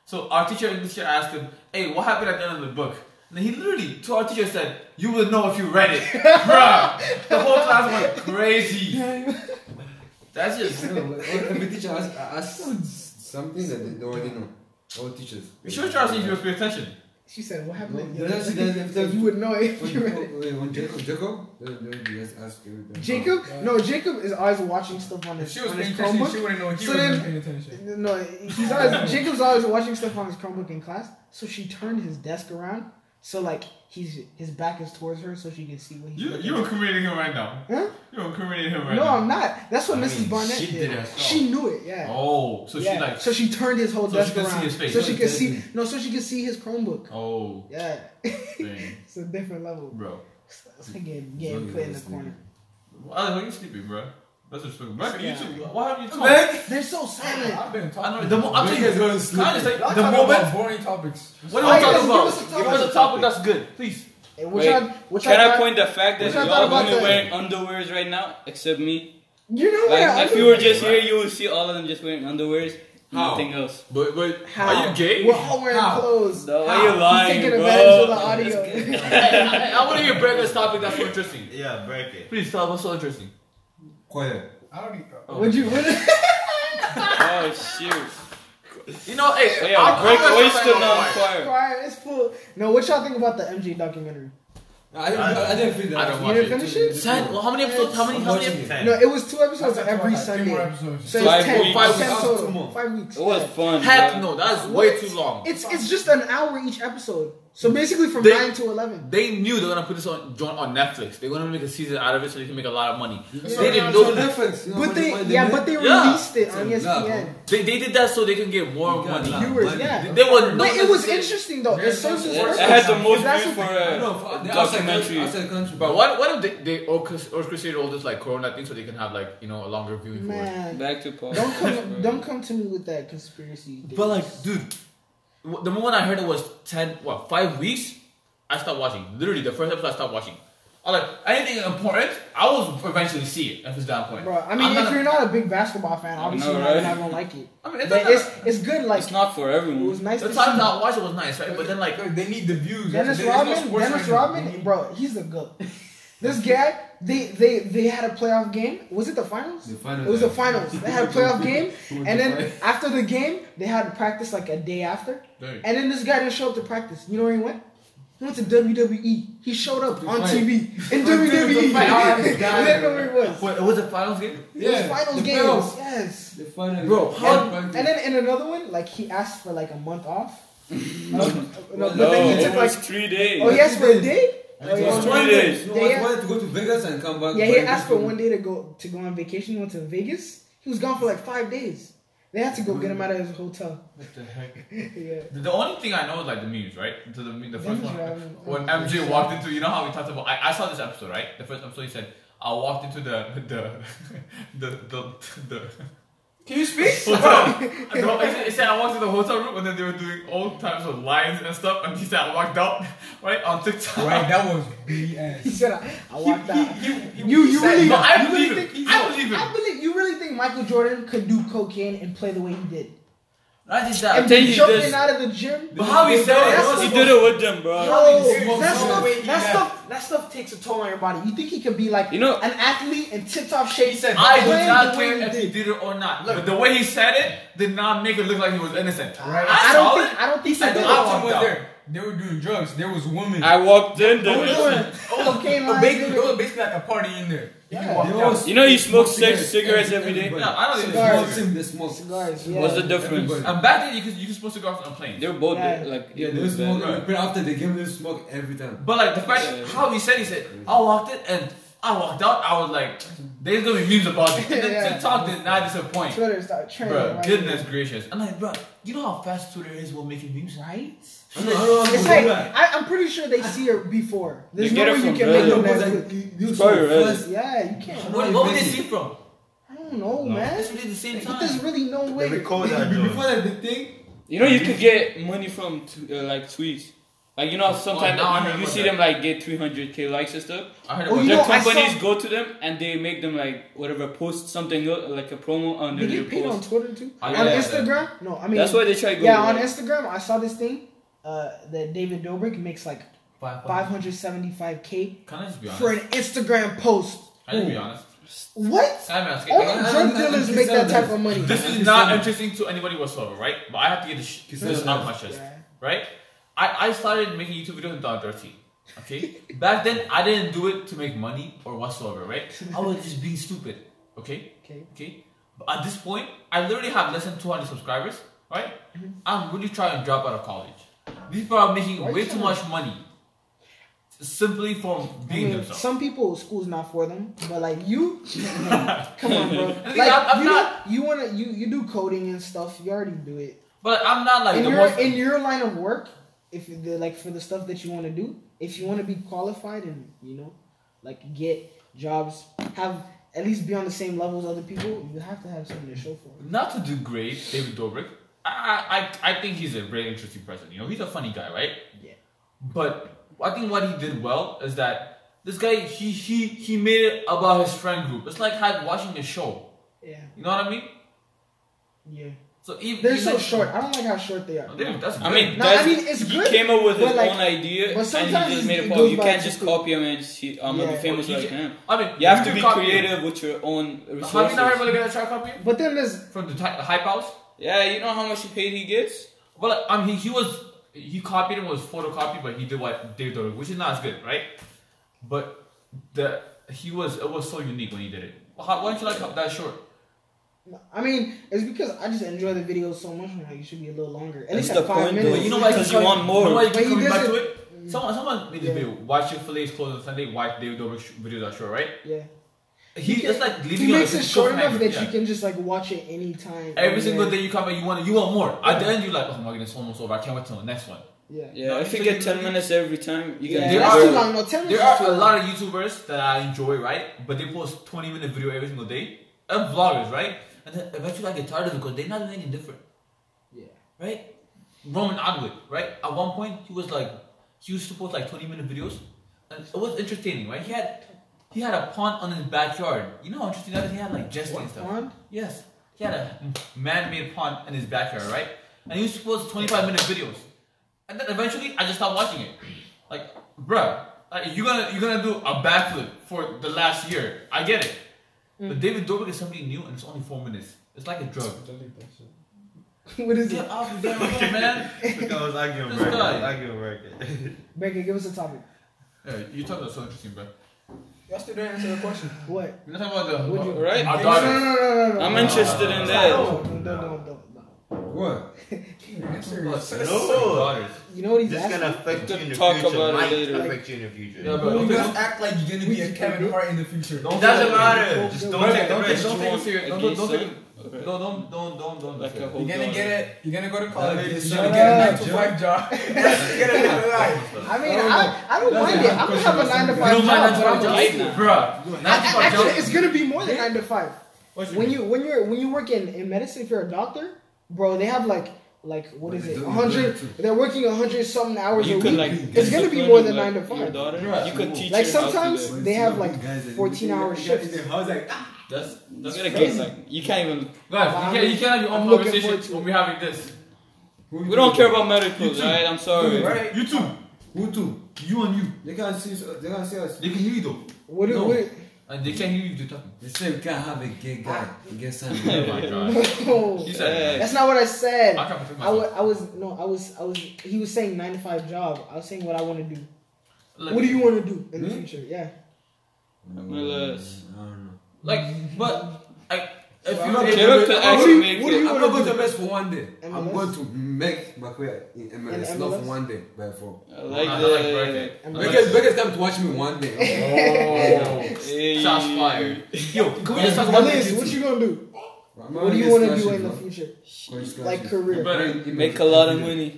S3: So our teacher, English teacher, asked him, "Hey, what happened at the end of the book?" And he literally, to our teacher, said, "You will know if you read it, bruh." The whole class went crazy. That's just.
S1: No, like, all- every teacher asked, asked something that they already know. All teachers.
S3: We should try to see if you were paying attention.
S2: She said,
S1: No,
S2: what happened?
S1: they just- they- they- they-
S2: you would know if
S1: When,
S2: you read it.
S1: when, when Jacob, Jacob, they, they just ask everything.
S2: Jacob? No, Jacob is always watching stuff on his,
S1: She was
S2: on his
S1: paying attention. She
S2: Chromebook.
S1: wouldn't know. He
S2: So
S1: wasn't
S2: then-
S1: paying attention.
S2: No, he's always Jacob's always watching stuff on his Chromebook in class. So she turned his desk around, so like he's his back is towards her, so she can see what he's.
S3: You you incriminating him right now.
S2: Huh?
S3: You're incriminating him right
S2: no,
S3: now.
S2: I'm not. That's what
S6: I
S2: Mrs.
S6: mean,
S2: Barnett
S6: she
S2: did.
S6: did it herself.
S2: she knew it. Yeah.
S3: Oh, so
S2: yeah.
S3: she like.
S2: so she turned his whole
S3: So
S2: desk
S3: she could see
S2: around,
S3: his face.
S2: so she could see
S1: Interesting.
S2: no, so she could see his Chromebook.
S3: Oh,
S2: Yeah,
S3: dang,
S2: it's a different level.
S3: bro.
S2: It's like getting, getting put in the corner.
S3: Why are you sleeping, bro? That's respect. Bro, you
S2: Yeah.
S3: too. Why have you talked?
S2: They're so silent.
S1: I've been
S3: I know,
S1: talking.
S3: the mo- I'm telling you,
S1: Jacob
S3: guys,
S1: is
S3: can I just say,
S1: sleeping. Y'all
S3: the
S1: talking about
S3: moment.
S1: boring topics.
S3: What
S2: Alright,
S3: are we talking
S2: guys, give us
S3: about?
S2: a topic.
S3: Give us a topic that's good, please.
S2: Hey, what
S4: Wait,
S2: y'all, what y'all
S4: Can I
S2: got-
S4: point the fact that
S2: What y'all thought
S4: y'all
S2: about
S4: women
S2: that?
S4: wearing underwears right now, except me?
S2: You know what? I
S4: Like, if
S2: do-
S4: you were just here, you would see all of them just wearing underwears.
S3: How?
S4: Nothing else.
S3: But but
S2: How?
S3: are you gay?
S2: We're all wearing
S3: How?
S2: clothes.
S4: So, why are you lying,
S2: He's taking
S4: bro?
S2: advantage of the audio.
S3: I, want to hear Brandon's topic that's so interesting.
S6: Yeah, break it.
S3: Please tell us what's so interesting.
S1: Quiet.
S5: I don't need.
S2: Would you? Would
S4: oh shoot.
S3: You know, hey,
S4: So, yeah, break oyster now on fire.
S2: Choir, it's full. No, what y'all think about the MJ documentary?
S1: I didn't. I, didn't feel that.
S3: I don't
S2: You
S3: watch
S2: didn't
S3: it.
S2: finish it?
S3: Ten, well, how many episodes? How many? How many?
S1: Watching
S3: Episodes?
S1: it.
S2: No, it was two episodes every
S5: Three more
S2: Sunday.
S5: episodes.
S2: So it's
S4: Five
S2: ten,
S4: weeks.
S3: Five
S2: ten
S1: weeks.
S2: total.
S1: Two more.
S2: Five weeks.
S4: It was
S2: yeah.
S4: fun.
S3: Heck
S4: bro.
S3: no, that's
S2: What?
S3: way too long.
S2: It's it's just an hour each episode. So basically from
S3: They-
S2: nine to eleven.
S3: They knew they're gonna put this on John on Netflix. They're gonna make a season out of it so they can make a lot of money. They didn't know
S1: No difference. You know how
S2: But
S1: much
S2: they
S1: money
S2: yeah,
S1: make?
S2: but they
S3: Yeah.
S2: released it on E
S1: Yeah,
S2: ESPN.
S3: They, they did that so they can get more
S1: You got
S3: money.
S1: a lot of
S2: Viewers,
S1: money.
S2: yeah.
S3: They were not.
S2: But it was
S3: necessarily-
S2: interesting though. It
S1: There's
S2: serves its
S1: something-
S2: purpose.
S4: It had the most
S2: If that's
S4: views
S2: what-
S4: for
S1: I know.
S4: a
S1: for- they're outside country.
S4: documentary.
S1: Outside country.
S3: But what what if they they orchest- orchestrated all this like Corona thing so they can have like you know a longer viewing for it?
S2: Man,
S4: Back to Paul.
S2: don't come don't come to me with that conspiracy.
S3: But
S2: theories.
S3: like, dude, w- the moment I heard it was ten what five weeks, I stopped watching. Literally, the first episode I stopped watching. I like anything important, I will eventually see it at this damn point.
S2: Bro, I
S3: I'm
S2: mean,
S3: not
S2: if
S3: a-
S2: you're not a big basketball fan, obviously
S4: know,
S2: you're not-
S4: right?
S2: you're not gonna like it.
S3: I mean, it's,
S2: But
S3: not,
S2: it's it's good. Like
S4: It's not for
S2: it
S4: everyone.
S2: was nice
S3: the
S2: to
S3: time
S2: see.
S3: that I watched it was nice, right? But then like,
S1: They need the views.
S2: Dennis
S1: There's no
S2: Rodman,
S1: sports
S2: Dennis
S1: right now.
S2: Rodman, bro, he's the goat. This guy, they they they had a playoff game. Was it the finals?
S1: The finals,
S2: It was the
S1: yeah.
S2: finals. They had a playoff game,
S1: Who would
S2: and
S1: you
S2: then after the game, they had practice like a day after.
S3: Dude.
S2: And then this guy didn't show up to practice. You know where he went? He went to WWE. He showed up on
S1: fight.
S2: TV in E.
S1: The
S2: WWE.
S1: fight. I was dying.
S2: That's where he was.
S3: Wait, it was the finals game?
S2: It was finals
S1: the
S2: games.
S1: playoffs.
S2: Yes.
S1: The finals.
S3: Bro, how-
S1: And-
S2: And then in another one, like he asked for like a month off. no, no, but
S4: No,
S2: then he
S4: it
S2: took like
S4: was three days.
S2: Oh, he asked for a day?
S1: and
S2: Oh,
S1: it
S2: yeah.
S1: was
S4: three
S1: one
S4: days.
S1: No,
S2: They
S1: I
S2: had-
S1: wanted to go to Vegas and come back.
S2: Yeah, he
S1: but
S2: asked for
S1: couldn't.
S2: one day to go to go on vacation. He went to Vegas. He was gone for like five days. They had to go get him out of his hotel.
S3: What the heck?
S2: Yeah.
S3: The, the only thing I know is like the memes, right? So the, the first
S2: Memes,
S3: one,
S2: right?
S3: when MJ walked into, you know how we talked about, I, I saw this episode, right? The first episode, he said, I walked into the, the, the, the, the,
S8: Can you speak?
S3: hotel. no, he said- he said I walked to the hotel room and then they were doing all types of lines and stuff. And he said I walked out right on TikTok.
S5: Right, that was
S2: He
S5: BS.
S2: said, I, I walked out.
S3: you,
S2: you really-
S3: but I
S2: you really
S3: believe it.
S2: think-
S3: I believe it.
S2: I believe you really think Michael Jordan could do cocaine and play the way he did?
S3: Not just
S2: And
S3: that.
S4: think
S2: be
S4: he
S2: jumping
S4: does-
S2: out of the gym?
S3: But how he said it
S2: That's
S3: was
S4: He did it with them, bro.
S2: Yo, that
S1: no
S2: stuff,
S1: way he
S2: that
S1: left.
S2: stuff, that stuff takes a toll on your body. You think he could be like
S4: You know-
S2: an athlete in tip-top shape? He said,
S3: I do not care if he did it or not. but the way he said it did not make it look like he was innocent.
S2: I
S3: saw
S2: don't
S3: it.
S2: think. I don't think he did.
S3: I don't-
S2: it.
S5: Option was
S3: down.
S5: there. They were doing drugs. There was women.
S4: I walked in there.
S2: Doing cocaine lines,
S5: Oh, basically, it
S2: doing-
S5: was basically like a party in there.
S2: Yeah.
S1: They all
S4: You know he smoked
S1: cigarettes.
S4: six cigarettes every day.
S1: Everybody.
S3: No, I don't even.
S2: Cigar.
S1: Small team, they smoke.
S2: Cigars, yeah.
S4: What's the difference?
S1: Everybody.
S3: And back then, you could you could smoke cigars on planes.
S4: They're both
S2: Yeah.
S4: like
S1: Yeah,
S4: equal
S1: they smoke.
S4: then.
S1: But after the game, they smoke every time.
S3: But like the fact how he said he said I walked in and I walked out. I was like, there's gonna be memes about it. And then
S2: Yeah.
S3: TikTok did not disappoint.
S2: Twitter started trending.
S3: Bro,
S2: right?
S3: goodness gracious. I'm like, bro, you know how fast Twitter is while making memes?
S2: Right?
S1: I don't know- I don't know how to
S2: It's
S1: do
S2: like
S1: that.
S2: I, I'm pretty sure they see her before. There's
S4: They
S2: no way
S4: get it
S2: you
S4: from
S2: can
S1: Yeah,
S2: make
S1: no,
S2: them
S1: but
S2: that quick.
S1: like, you- you
S4: It's
S1: smoke
S4: probably red.
S1: first.
S2: Yeah, you can't.
S3: What, what would they see from?
S2: I don't know, man.
S3: It's really the same
S2: Like,
S3: time.
S2: There's really no way.
S9: record that
S1: Before that, the thing.
S4: You know you could
S3: Mm-hmm.
S4: get money from t- uh, like tweets. Like you know sometimes
S3: now Oh, I heard
S4: you, you
S3: about
S4: see
S3: that.
S4: them like get 300k likes and stuff.
S3: I heard
S2: Oh,
S3: about
S2: you
S4: Their
S2: know, I
S4: companies
S2: saw-
S4: go to them and they make them like whatever post something uh, like a promo on
S2: They
S4: their
S2: get paid on
S4: post.
S2: Twitter too. on
S3: I know that.
S2: Instagram? No, I mean
S4: That's why they try to go.
S2: Yeah, on
S4: like-
S2: Instagram, I saw this thing uh, that David Dobrik makes like
S3: Five,
S4: Oh.
S3: five.
S2: 575k
S3: Can I just be honest?
S2: for an Instagram post.
S3: Can I just be honest?
S2: What?
S3: Can I be honest?
S2: Only
S1: I- I-
S2: drug
S1: I- I-
S2: dealers
S1: I-
S2: make that
S1: I-
S2: type of money.
S3: Oh, This is not interesting to anybody whatsoever, right? But I have to get this, sh- this out my chest,
S2: Yeah.
S3: right? I, I started making YouTube videos in 2013. Okay, back then I didn't do it to make money or whatsoever, right? I was just being stupid. Okay,
S2: Okay.
S3: okay. But at this point, I literally have less than 200 subscribers, right?
S2: Mm-hmm.
S3: I'm really trying to drop out of college. These people are making
S2: Why
S3: way
S2: you
S3: too
S2: trying
S3: much money simply from
S2: I
S3: being
S2: mean,
S3: themselves.
S2: some people school's not for them, but like you, come on, bro. Like
S3: I'm- I'm
S2: you,
S3: not-
S2: do, you wanna you you do coding and stuff. You already do it
S3: but I'm not like
S2: in
S3: the
S2: your
S3: most.
S2: in your line of work. If you- the like for the stuff that you want to do, if you want to be qualified and you know, like get jobs, have at least be on the same level as other people, you have to have something to show for. it.
S3: not to degrade David Dobrik, I, I, I I think he's a very interesting person. You know, he's a funny guy, right?
S2: Yeah.
S3: But I think what he did well is that this guy he he he made it about his friend group. It's like had watching a show.
S2: Yeah,
S3: You know what I mean?
S2: yeah.
S3: So e- even
S2: They're so short. I don't like how short they are.
S3: No, dude, that's
S4: I
S3: great.
S4: mean,
S2: No,
S4: that's,
S2: I mean, it's
S4: he
S2: good,
S4: came up with
S2: but,
S4: his
S2: like-
S4: own idea
S2: but
S4: and he
S2: sometimes
S4: just made
S2: it
S4: a poll.
S2: goes
S4: You
S2: by
S4: can't just
S2: people.
S4: copy him and see, I'm gonna
S2: Yeah.
S4: be famous like him.
S3: I mean,
S4: You have to be
S3: copy him.
S4: creative with your own
S3: But
S4: resources.
S3: Have you not heard about the guy that tried to copy him?
S2: But then there's
S3: from the, ty- the hype house?
S4: yeah, you know how much paid he gets.
S3: Well, like, I mean, he, he was he copied and was photocopied, but he did what David Dobrik, which is not as good, right? But the he was it was so unique when he did it. How, why don't you like cut that short?
S2: I mean, it's because I just enjoy the video so much. I'm like, it should be a little longer. At least
S4: That's
S2: like
S4: the
S2: five
S4: point, though.
S2: minutes.
S3: But you know why?
S4: Because you want more.
S3: You know why you
S2: But
S3: keep
S2: he
S3: coming back to
S2: doesn't-
S3: it? Someone, someone made this
S2: Yeah.
S3: video. Why Chick Fil A is closed on Sunday? Why David Dobrik's sh- videos are short, right?
S2: Yeah.
S3: He
S2: can-
S3: it's like leaving
S2: He
S3: you on
S2: makes
S3: a
S2: it short
S3: cliffhanger,
S2: enough that
S3: yeah.
S2: you can just like watch it anytime.
S3: Every
S2: and
S3: single
S2: then-
S3: day you come back, you want you want more. At the end, you're like, oh my goodness, almost over. I can't wait till the next one.
S2: Yeah.
S4: Yeah,
S3: No,
S4: if you
S3: so
S4: get
S3: you-
S4: ten minutes every time, you
S2: Yeah,
S4: can.
S3: There
S2: that's
S3: are-
S2: too long. No, ten
S3: There
S2: minutes.
S3: are a lot of YouTubers that I enjoy, right? But they post 20 minute video every single day. And vloggers, right? And then eventually I get tired of it because they're not doing anything different.
S2: Yeah.
S3: Right? Roman Atwood, right? At one point he was like he used to post like 20 minute videos. And it was entertaining, right? He had he had a pond on his backyard. You know how interesting that is? He had like jesting and stuff.
S2: Pond?
S3: Yes. He had a man-made pond in his backyard, right? And he used to post 25 minute videos. And then eventually I just stopped watching it. Like, bruh, like, you're gonna you're gonna do a backflip for the last year. I get it.
S2: Mm.
S3: But David Dobrik is something new and it's oh, only four minutes. It's like a drug.
S2: what is
S5: Get
S2: it?
S5: off the damn phone, man.
S6: Look, I was arguing
S3: This
S6: with Riker. I was
S3: guy.
S6: arguing with Riker.
S2: Becca, give us a topic.
S3: Yeah, you talking about so interesting, bro.
S10: Y'all still didn't answer the question.
S2: What?
S3: We're not talking about the.
S2: Would you-
S4: Right?
S2: No, no,
S3: Our daughter.
S2: no, no, no, no.
S4: I'm
S2: no.
S4: interested in that.
S2: No, no, no, no, no, no.
S1: What?
S3: Our daughters.
S2: You know what he's
S6: This is
S2: asking?
S6: gonna affect you in the
S4: Talk
S6: future.
S4: about it
S6: Might
S4: later.
S6: affect you in the future.
S3: Yeah, bro.
S5: You
S3: Don't
S5: guys
S3: take-
S5: act like you're gonna be a Kevin Hart in the future.
S3: don't
S6: It doesn't
S3: take-
S6: matter.
S3: Bro,
S6: Just don't
S3: bro,
S6: take the
S3: Don't take-
S6: risk.
S3: don't take it
S4: want
S3: serious.
S4: a
S3: Don't don't-
S4: gay
S3: don't take
S4: son?
S3: it. No, don't don't don't don't.
S4: Like a
S3: don't.
S4: whole
S5: You're gonna get it. You're gonna go to college.
S1: is
S5: You're gonna
S2: so
S5: get a
S2: bad,
S5: nine to five job. You're gonna live a life.
S2: I mean, I, I don't mind it. I'm gonna have a nine to five
S3: don't mind
S2: job, but I'm
S3: that's
S2: just.
S3: Bruh. That's
S2: I-
S3: my
S2: Actually,
S3: job.
S2: it's gonna be more than nine to five.
S3: What's your
S2: When you when you're when you work in, in medicine, if you're a doctor, bro, they have like like what is it? hundred. They're working hundred something hours a
S4: You
S2: week.
S4: could like.
S2: it's gonna be
S4: discipline,
S2: more than
S4: like,
S2: nine to
S4: Your
S2: five.
S4: daughter. You could teach her.
S2: Like
S4: how to do
S2: sometimes
S4: that.
S2: they have like fourteen hour shifts.
S1: I was like,
S3: That's
S4: You
S3: that's
S4: gotta get like. You can't even.
S3: Guys, you can't you can't have your
S2: I'm
S3: own
S2: looking forward
S3: conversation
S2: to it.
S3: when we're having this.
S4: We don't care about medicals, alright? I'm sorry.
S5: Right?
S3: You two,
S1: Who to?
S3: you and you.
S1: They can't see. us- They can't see us.
S3: They can hear you though,
S2: What do
S3: No.
S2: what?
S3: and they can't hear you if you're talking.
S1: They say we can't have a gay guy.
S2: Ah.
S1: Gay son.
S3: Oh my god.
S2: no.
S3: You said
S2: That's not what I said.
S3: I can't protect
S2: I wa-
S3: myself.
S2: I was no, I was I was. He was saying nine to five job. I was saying what I want to do.
S3: Like,
S2: what do you want to do in the
S1: Hmm?
S2: future? Yeah.
S4: More or less.
S1: I don't know.
S3: like? But like, if
S1: I'm
S3: you
S1: not
S3: if
S1: giving
S3: you-
S4: to
S3: if
S4: actually
S3: you-
S4: make
S1: What do you
S4: it.
S1: I'm
S2: wanna
S1: not going
S2: do?
S1: to mess for one day. I'm
S2: MLS?
S1: going to make my career in MLS,
S2: In
S1: not for
S2: MLS?
S1: one day, but for.
S4: I like
S3: I like
S4: that.
S3: Bracket.
S2: I'm
S3: I like-
S1: Biggest, biggest time to watch me one day.
S3: Oh,
S4: Hey.
S3: shots fired. Yo, can we just talk about
S2: Elias, what you gonna do? What do you want to do in the future? Like career.
S4: Make a lot of money.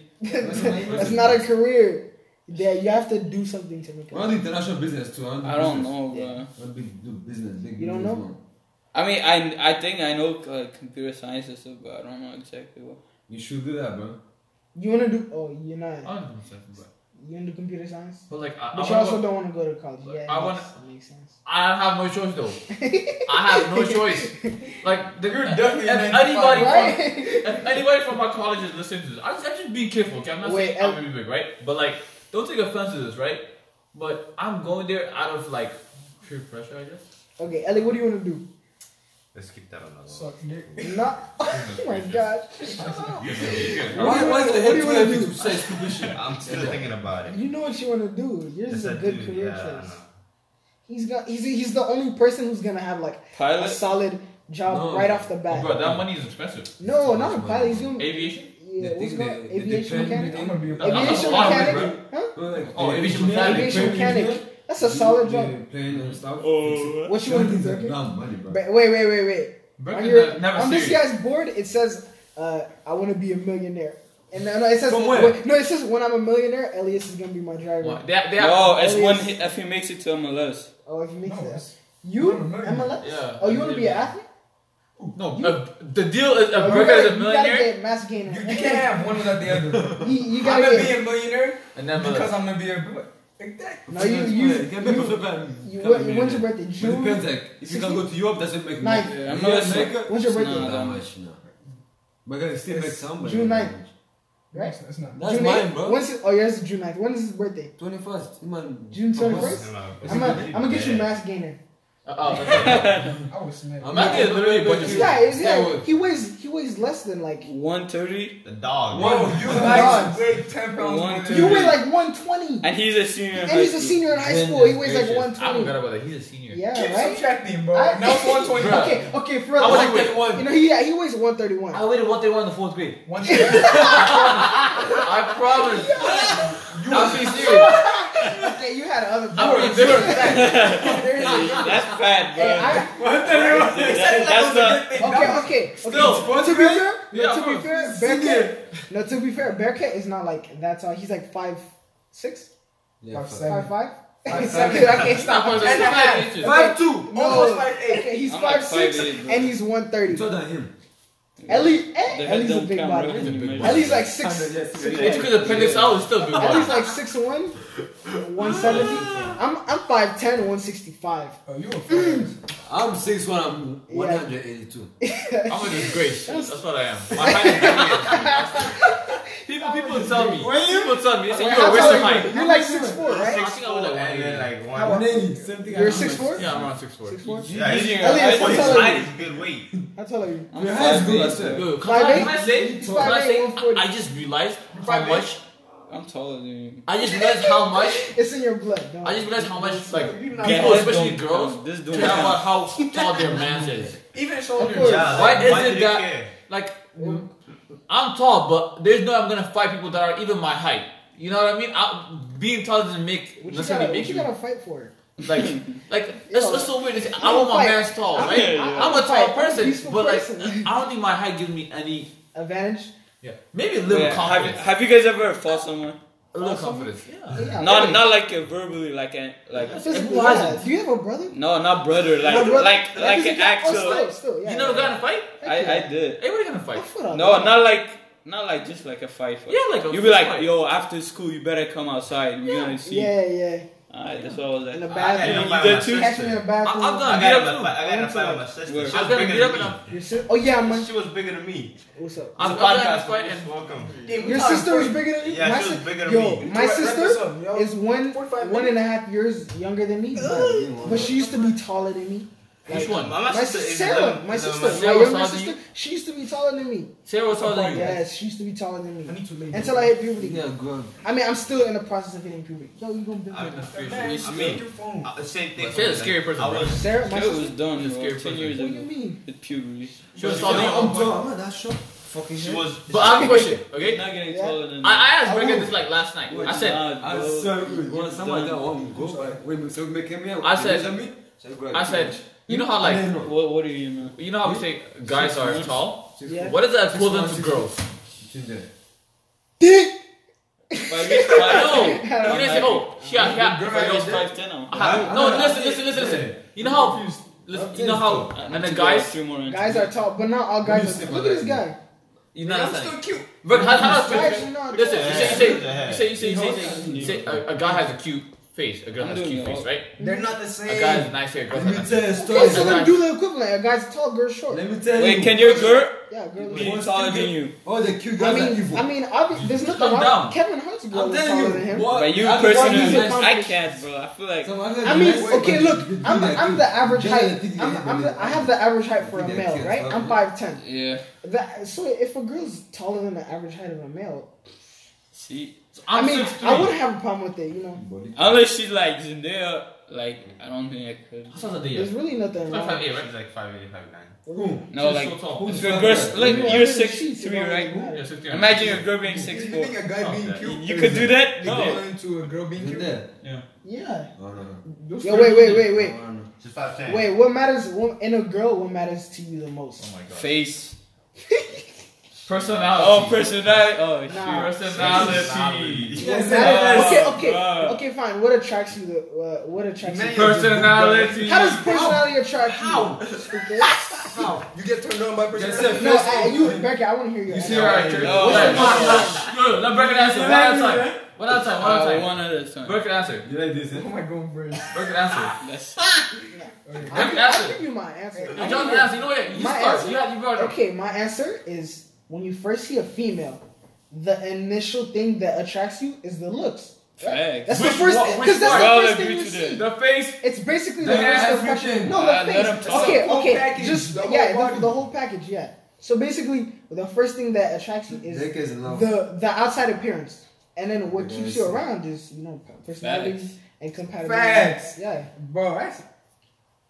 S2: That's not a career. That you have to do something to make
S1: I want
S2: it.
S1: to do international business too.
S4: I don't know, bro.
S1: I want to big- do business. Big
S2: You don't
S1: business,
S2: know?
S1: man.
S4: I mean, I, I think I know like computer science and stuff, but I don't know exactly what.
S1: You should do that, bro.
S2: You wanna do? Oh, you're
S3: I
S2: not.
S3: don't do something, bro.
S2: You into computer science?
S3: But like, I, I
S2: But you
S3: wanna
S2: also
S3: go-
S2: don't want to go to college. Yeah,
S3: I
S2: I want.
S3: wanna-
S2: That makes sense.
S3: I have no choice though. I have no choice. Like, the,
S5: You're definitely
S3: if
S5: meant to
S3: anybody, from,
S2: Right?
S3: if anybody from my college is listening to this, I just, I just be careful. Okay, I'm not
S2: Wait,
S3: saying I'm
S2: and-
S3: gonna be big, right? But like, don't take offense to this, right? But I'm going there out of like pure pressure, I guess.
S2: okay, Ellie, what do you want to do?
S6: Let's keep that on the low.
S5: Suck dick.
S2: Not. Oh my god.
S1: Why, why is the
S2: What do
S1: head
S2: you
S1: too
S2: wanna
S1: heavy
S2: do?
S1: to say stupid shit?
S6: I'm still thinking about it.
S2: You know what you want to do. Yours
S6: Yes,
S2: is a
S6: I
S2: good
S6: do,
S2: career
S6: yeah, I
S2: choice.
S6: know.
S2: He's got. He's he's the only person who's gonna have like a
S4: Pilot?
S2: solid job
S1: No.
S2: right off the bat.
S3: Bro, that money is expensive.
S2: No, not a pilot. He's gonna.
S3: Oh, Aviation.
S2: Yeah,
S1: The
S2: what's
S1: thing
S2: it called?
S1: that- that
S2: aviation
S1: depend-
S2: mechanic.
S5: I'm gonna be a
S3: That- that's a
S2: Aviation
S3: lot of
S2: mechanic.
S3: money,
S2: Huh?
S1: Oh, like,
S3: Oh,
S1: the-
S3: aviation
S1: the-
S3: mechanic.
S2: Aviation mechanic. That's a solid
S1: the
S2: job.
S1: Plane and stuff.
S4: Oh,
S2: What you want to do?
S1: Everything's
S2: Zaki?
S1: around money, bro.
S2: Ba- Wait, wait, wait, wait.
S3: Bro,
S2: On,
S3: you're
S2: your,
S3: ne- never
S2: on this
S3: serious.
S2: guy's board, it says, uh, "I want to be a millionaire." And no, no, it says,
S1: From where?
S2: wait, no, it says, "When I'm a millionaire, Elias is gonna be my driver."
S3: Why- They, they have,
S4: no, as one hit, if he makes it to MLS.
S2: Oh, if you make
S5: No,
S2: that,
S5: it's-
S2: you
S5: I'm a millionaire.
S2: MLS?
S3: Yeah,
S2: oh, you
S3: I'm
S2: want
S3: a
S2: to be an
S3: millionaire.
S2: athlete?
S3: no. if the deal is if
S2: Oh,
S3: Burger is a
S2: you gotta
S3: millionaire,
S2: get mass gainer.
S5: You, you can't have one without the other.
S2: you, you
S5: I'm
S2: gotta
S5: gonna be
S2: get.
S5: a millionaire
S3: and then
S5: because I'm gonna be a boy. Like that.
S2: No, you you
S1: You can make a flip and
S2: you.
S1: become a
S2: When, when's your
S1: millionaire. But
S2: birthday?
S1: it depends,
S2: June.
S1: like, if you can go to Europe, doesn't make
S2: Ninth.
S1: money.
S4: Yeah, I'm
S1: You
S4: not-
S1: can make it-
S2: When's your
S4: It's
S2: birthday?
S4: not
S1: Not that
S4: that much.
S1: much, no. But guys, still make some money.
S2: June ninth. Right?
S5: That's, that's not.
S1: That's
S2: June
S1: mine,
S2: eighth?
S1: bro.
S2: When's his, oh, yours is June 9th. When is his birthday?
S1: 21st. Man,
S2: June
S1: I'm
S2: 21st? I'm gonna I'm gonna get you mass gainer.
S3: uh, oh,
S5: I was snake.
S1: I'm
S3: Matt is literally a bunch of
S2: This guy, this
S1: Stay
S2: guy,
S1: away.
S2: he weighs he weighs less than like
S4: 130?
S6: The dog.
S5: Whoa,
S1: One.
S5: you
S2: Oh,
S5: like
S2: God.
S5: weigh ten pounds
S4: One,
S5: more
S4: two.
S5: than
S2: you
S4: wait.
S2: weigh like 120.
S4: And he's a senior. in
S2: And
S4: high
S2: he's a
S4: school.
S2: senior in high school. He weighs like
S3: I forgot
S2: 120.
S3: about that. He's a senior.
S2: Yeah,
S5: Keep
S2: right.
S5: subtracting, bro.
S2: I-
S5: now it's one twenty.
S2: Okay, okay, for real.
S3: I was
S2: like,
S3: like, wait,
S2: you know, he yeah, he weighs 131.
S3: I waited what they won in the fourth grade.
S5: One twenty. Oh,
S3: I promise. I'm being serious.
S2: okay, you had other.
S3: I'm being serious.
S4: That's fat, bro.
S2: Hey, I-
S4: That- that's the.
S2: Okay, okay.
S3: Still,
S2: okay. to be fair,
S3: Yeah,
S2: no, to be
S3: of
S2: fair, Bearcat. No, to be fair, Bearcat is not like that's all. He's like five, six,
S1: Yeah, fuck.
S2: five, five.
S1: Five,
S2: Seven. Okay,
S3: Stop.
S2: stop.
S3: I'm
S2: Okay,
S3: just five inches.
S1: Five two.
S2: No.
S5: Almost like eight.
S2: Okay, he's
S4: I'm
S2: five
S4: like
S2: six
S4: 5'8",, bro.
S2: and he's one thirty.
S1: Taller than him.
S2: Ellie,
S4: The
S2: eh,
S4: head
S2: Ellie's a
S4: don't
S2: big
S4: count,
S2: body.
S4: bro. When you measure.
S2: Ellie's like six.
S3: They took his appendix out. It's still big.
S2: Ellie's like six one, one seventy. I'm I'm five ten, one sixty five.
S5: Oh, you a fucker.
S1: I'm six one. I'm
S2: Yeah.
S1: one hundred eighty two.
S3: I'm a disgrace. That's what I am. My height is People, people tell me.
S1: Were you?
S3: People tell me. They say
S1: Wait,
S3: you're a
S1: how
S3: waste
S1: tall are
S3: of height.
S2: You're like six four, right?
S3: I think I would like
S6: and then like one.
S2: How-
S1: 180. Same thing.
S2: You're six four.
S3: Yeah, I'm around six four.
S6: Yeah, he's
S4: Using your
S2: Elliot,
S4: eyes
S2: stop
S4: to-
S6: his
S2: telling
S6: height
S2: me.
S6: is good weight.
S2: How tall are you?
S1: Your hands good, I said.
S3: Yo, can
S2: Five
S3: I,
S2: eight?
S3: can I say? Can I
S2: Five eight,
S3: say?
S2: one forty.
S3: I just realized how
S2: eight.
S3: much.
S4: I'm taller than you.
S3: I just realized how much.
S2: It's in your blood. Don't
S3: I just realized how much like
S2: You
S3: Yeah.
S2: not.
S3: People, especially
S4: Don't-
S3: girls,
S4: um, This
S3: care
S4: dude.
S3: about how tall their man is.
S11: Even shoulder.
S2: course.
S6: Yeah,
S3: Why
S6: like,
S3: is
S6: do
S3: it
S6: they
S3: that-
S6: care?
S3: Like I'm tall, but there's no I'm gonna fight people that are even my height. You know what I mean? I, being tall doesn't make
S2: What you
S3: necessarily
S2: gotta, what
S3: make
S2: you
S3: you
S2: gotta fight for?
S3: like like it's, it's so weird. It's, I want my
S2: fight.
S3: man's tall,
S2: I'm-
S3: right?
S4: I'm-
S3: I'm a tall
S2: I'm a
S3: person,
S2: peaceful
S3: but like
S2: person.
S3: I don't think my height gives me any.
S2: Advantage.
S3: Yeah, maybe a little
S4: Yeah, Have,
S3: confidence.
S4: have you guys ever fought someone?
S3: a little confidence. Yeah.
S2: Yeah,
S4: Not
S2: right.
S4: not like uh, verbally, like a, like
S2: Physically,
S3: Who hasn't?
S2: yeah. Do you have a brother?
S4: no, not brother, like
S2: My brother-
S4: like like an
S2: physically- Oh,
S4: actual.
S2: still, still, yeah,
S3: You never
S2: yeah.
S3: got in a fight?
S4: I I did.
S3: Everybody got in a fight.
S2: I fought a
S4: No,
S2: lot.
S4: not like not like just like a fight. fight.
S3: Yeah, like a
S4: you be like,
S3: fight.
S4: yo, after school, you better come outside. We're gonna see.
S2: Yeah, yeah.
S4: Alright, that's what I was
S2: In
S4: like.
S2: the
S6: I got
S2: bathroom.
S6: in a
S4: You
S6: fight
S4: did
S6: with
S4: too?
S6: my
S2: Catch me in
S6: sister.
S2: the
S3: I,
S2: bathroom.
S3: I've
S6: I
S3: gotten beat
S6: got
S3: up
S6: in a
S3: too.
S6: fight- I got in a fight with my
S3: I
S6: sister.
S4: Word.
S6: She
S3: was
S6: was
S3: getting beat
S6: bigger
S3: up and
S6: than me.
S3: I'm-
S2: Your si- oh yeah, my
S6: She was bigger than me.
S2: what's up?
S3: I'm
S6: It's a
S3: I'm getting in a
S6: podcast,
S3: fight
S6: most
S3: and
S6: welcome.
S2: Your sister was bigger than you.
S6: Yeah,
S2: my
S6: she was
S2: si-
S6: bigger than
S2: yo,
S6: me.
S2: my
S11: Wrap this
S2: sister
S11: up, yo.
S2: is one
S11: 45
S2: one and a half years younger than me, but, but she used to be taller than me.
S3: Which one?
S6: My,
S2: My
S6: sister
S2: sister,
S6: is
S2: Sarah,
S6: eleven-
S2: my
S6: eleven-
S2: sister,
S3: Sarah
S2: my younger
S3: was taller than
S2: sister, she used to be taller than me.
S3: Sarah was taller than you.
S2: Yes, she used to be taller than
S11: I
S2: me
S11: need to lay.
S2: until I hit puberty.
S1: Yeah, good.
S2: I mean, I'm still in the process of hitting puberty. Yo, you gonna be
S6: I'm in a
S11: Man,
S6: fear. I
S11: stay on
S6: mean,
S11: your phone.
S6: uh, same thing.
S3: But
S6: for
S3: she's a
S6: me,
S3: scary
S6: like,
S3: person,
S6: I
S3: bro.
S6: was,
S2: Sarah? My
S4: It was
S2: sister.
S4: done, bro.
S3: Scary
S4: Ten
S3: person.
S4: years
S2: What do you
S4: ago.
S2: mean?
S4: With puberty.
S3: She was
S1: I'm
S3: taller than you. at one point.
S1: dumb. I'm not short. Fucking
S6: she
S1: shit.
S6: was.
S3: But I have a question,
S4: You're
S3: okay?
S4: not getting
S2: Yeah.
S4: taller than
S3: I, I asked
S1: I
S3: Becca
S1: will.
S3: this like last night.
S1: Wait,
S3: I said,
S4: Nah,
S1: I'm
S4: bro.
S1: so good. When someone
S4: done.
S1: that one goes like, wait, so make him here.
S3: I said-
S1: you me? So you grab
S3: I
S1: two.
S3: said, you know how like,
S1: No, no.
S4: What what are you now?
S3: you know how we say guys are tall.
S1: Six
S2: Yeah.
S3: What is the equivalent
S1: one,
S3: to
S1: six
S3: girls?
S1: foot. Ginger.
S4: Five years.
S3: I
S4: Five,
S3: know. You didn't say, oh, yeah, yeah.
S1: Girl,
S4: five
S1: I
S4: years.
S1: did.
S4: Five ten now.
S3: I have- No, listen, listen, listen, listen. You know how,
S1: Confused.
S3: listen, you know how, and
S4: Uh, two
S3: then
S4: more,
S3: guys,
S4: Three more.
S2: Guys are tall, but not all guys
S1: do
S2: are
S1: you
S2: tall. Look at this guy.
S3: you know what I'm saying?
S11: cute.
S3: But how, how
S2: Guys
S3: does
S2: are not
S3: Listen,
S2: tall.
S3: you say, you say, you say, you say, you say, you say, you say a, a guy has a cute face, a girl
S4: I'm
S3: has a
S4: doing
S3: cute
S4: it
S3: face,
S4: all.
S3: right?
S11: They're not the
S3: A
S11: same.
S3: guy has a nice hair, a girl
S1: Let me
S3: has a nice
S1: tell you a
S2: Okay,
S1: story.
S2: so then do the equivalent. A guy's tall, girl short.
S1: Let me tell you.
S4: Wait, can your girl
S2: Yeah, girl. is
S4: be
S2: short.
S1: What's
S4: taller
S1: the
S4: than
S1: girl?
S4: you?
S1: All the cute
S2: I
S1: guys are
S2: mean,
S1: evil.
S2: I mean, obvi- there's nothing
S3: Calm
S2: wrong.
S3: down.
S2: Kevin Hart's girl
S1: I'm
S2: is
S1: telling
S2: taller
S1: you,
S2: than him.
S1: what?
S4: But you
S1: I'm telling
S4: personally,
S1: you,
S4: I can't, bro. I feel like.
S1: some other
S2: I mean,
S1: guys are
S2: okay,
S1: good,
S2: look,
S1: good,
S2: I'm,
S1: like
S2: I'm
S1: you.
S2: the average
S1: Just
S2: height.
S1: think
S2: I'm,
S1: they-
S2: I'm
S1: they-
S2: the, I have the average height for a male, right? I'm 5'10.
S4: Yeah.
S2: That, so if a girl's taller than the average height of a male,
S4: See,
S2: I
S3: I'm
S2: mean,
S3: 6'3".
S2: I wouldn't have a problem with it, you know?
S4: unless she's like Zendaya, like I don't think I could.
S3: How tall is
S2: There's really nothing
S3: Five,
S2: wrong.
S3: five, eight, right?
S6: She's like five eight, five nine.
S1: Who?
S4: No,
S3: She's
S4: like
S3: so tall.
S1: Who's
S4: if your
S1: that
S4: girl's
S1: guy?
S4: like
S2: You know,
S4: you're
S2: under the
S4: six
S2: sheets, it
S4: three,
S2: don't really
S4: right?
S2: matter.
S3: Yeah, 60.
S4: Imagine your girl being
S11: You
S4: six four.
S11: think a guy
S6: Oh,
S11: being
S6: yeah.
S11: cute?
S4: You could do that? No.
S11: Equivalent to a girl being
S1: Isn't
S11: cute.
S1: there?
S2: Yeah.
S1: Oh, no.
S2: Yo, wait, wait, wait, wait.
S1: Oh, no.
S6: She's five ten.
S2: Wait, what matters what, in a girl? What matters to you the most?
S6: Oh my god.
S4: Face.
S3: Personality.
S4: Oh, personality. Oh,
S2: Nah.
S3: Personality.
S1: Yeah,
S2: What
S1: say that.
S2: matters- okay,
S4: Oh,
S2: okay,
S4: bruh.
S2: okay, fine. What attracts you? The uh, what attracts you?
S3: Personality.
S2: How does personality attract you? Stupid.
S11: You get turned on by
S1: Just
S11: personality.
S1: say
S2: No,
S1: first
S2: I,
S1: one.
S2: you, Becky, I want to hear your.
S1: You see
S2: answer.
S1: her
S3: Alright,
S1: actor?
S4: No.
S3: What's the
S4: no,
S3: problem? No, no, no, break an answer. One at a time. One at a time. One at a
S4: Uh,
S3: time.
S4: one at a time.
S3: Break an answer.
S1: You like this, eh?
S11: Oh my god, bro.
S3: Break an answer.
S4: That's
S2: I'll, give- I'll give you my answer.
S3: No,
S2: I'll
S3: John,
S2: give
S3: an
S2: you-
S3: answer. You know what? You
S2: My
S3: start.
S2: answer?
S3: You got. You brought it up.
S2: Okay, my answer is when you first see a female, the initial thing that attracts you is the looks.
S4: facts.
S2: That's
S3: Which
S2: the first
S3: one? Which
S2: because that's
S4: one?
S2: the
S4: Well,
S2: first
S4: agree
S2: thing you
S4: to
S2: see.
S4: that.
S3: The face.
S2: It's basically the
S1: That
S2: first
S1: has
S2: impression.
S1: everything.
S2: No,
S4: Uh,
S2: the
S4: let him
S2: face.
S4: talk.
S2: Okay,
S1: The whole
S2: okay.
S1: package,
S2: Just
S1: the whole
S2: yeah, the,
S1: body.
S2: the whole package. Yeah. So basically, the first thing that attracts you is
S1: Dick is love.
S2: the the outside appearance, and then what keeps you
S1: Yes.
S2: around is you know personality
S4: Facts.
S2: and compatibility.
S11: Facts.
S2: Yeah.
S11: Bro, that's.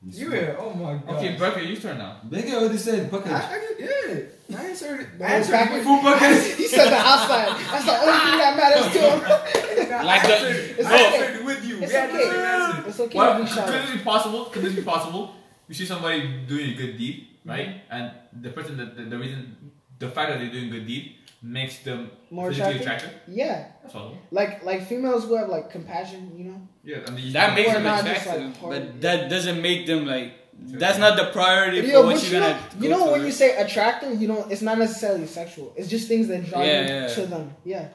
S11: You yeah, oh my god.
S3: Okay, Breaker, you turn now.
S1: Big already said
S11: I,
S1: bucket.
S11: I just, yeah. I answered it.
S2: The
S11: I
S2: whole
S11: answered
S2: package.
S11: it.
S1: Full bucket.
S2: He said the outside. That's the only thing that matters to him.
S4: Like the.
S2: It's
S11: I
S4: Bro,
S2: okay.
S11: answered it with you.
S2: It's
S11: We had the same
S2: okay.
S11: answer.
S2: It's okay
S3: What,
S2: to be
S3: could
S2: shallow.
S3: this be possible? Could this be possible? You see somebody doing a good deed, right? And the person, that the, the reason, the fact that they're doing good deed makes them
S2: More
S3: physically
S2: attractive?
S3: attractive.
S2: Yeah.
S3: That's all.
S2: Like like females who have like compassion, you know.
S3: Yeah, and you-
S4: that makes
S2: We're
S4: them
S2: not just,
S4: attractive,
S2: like, hard-
S4: but that doesn't make them like. That's not the priority for
S2: Yo,
S4: what
S2: but
S4: you're
S2: you know,
S4: gonna.
S2: you
S4: go
S2: know when
S4: for.
S2: you say attractive, you know it's not necessarily sexual. It's just things that draw
S4: Yeah,
S2: you
S4: yeah.
S2: to them. Yeah,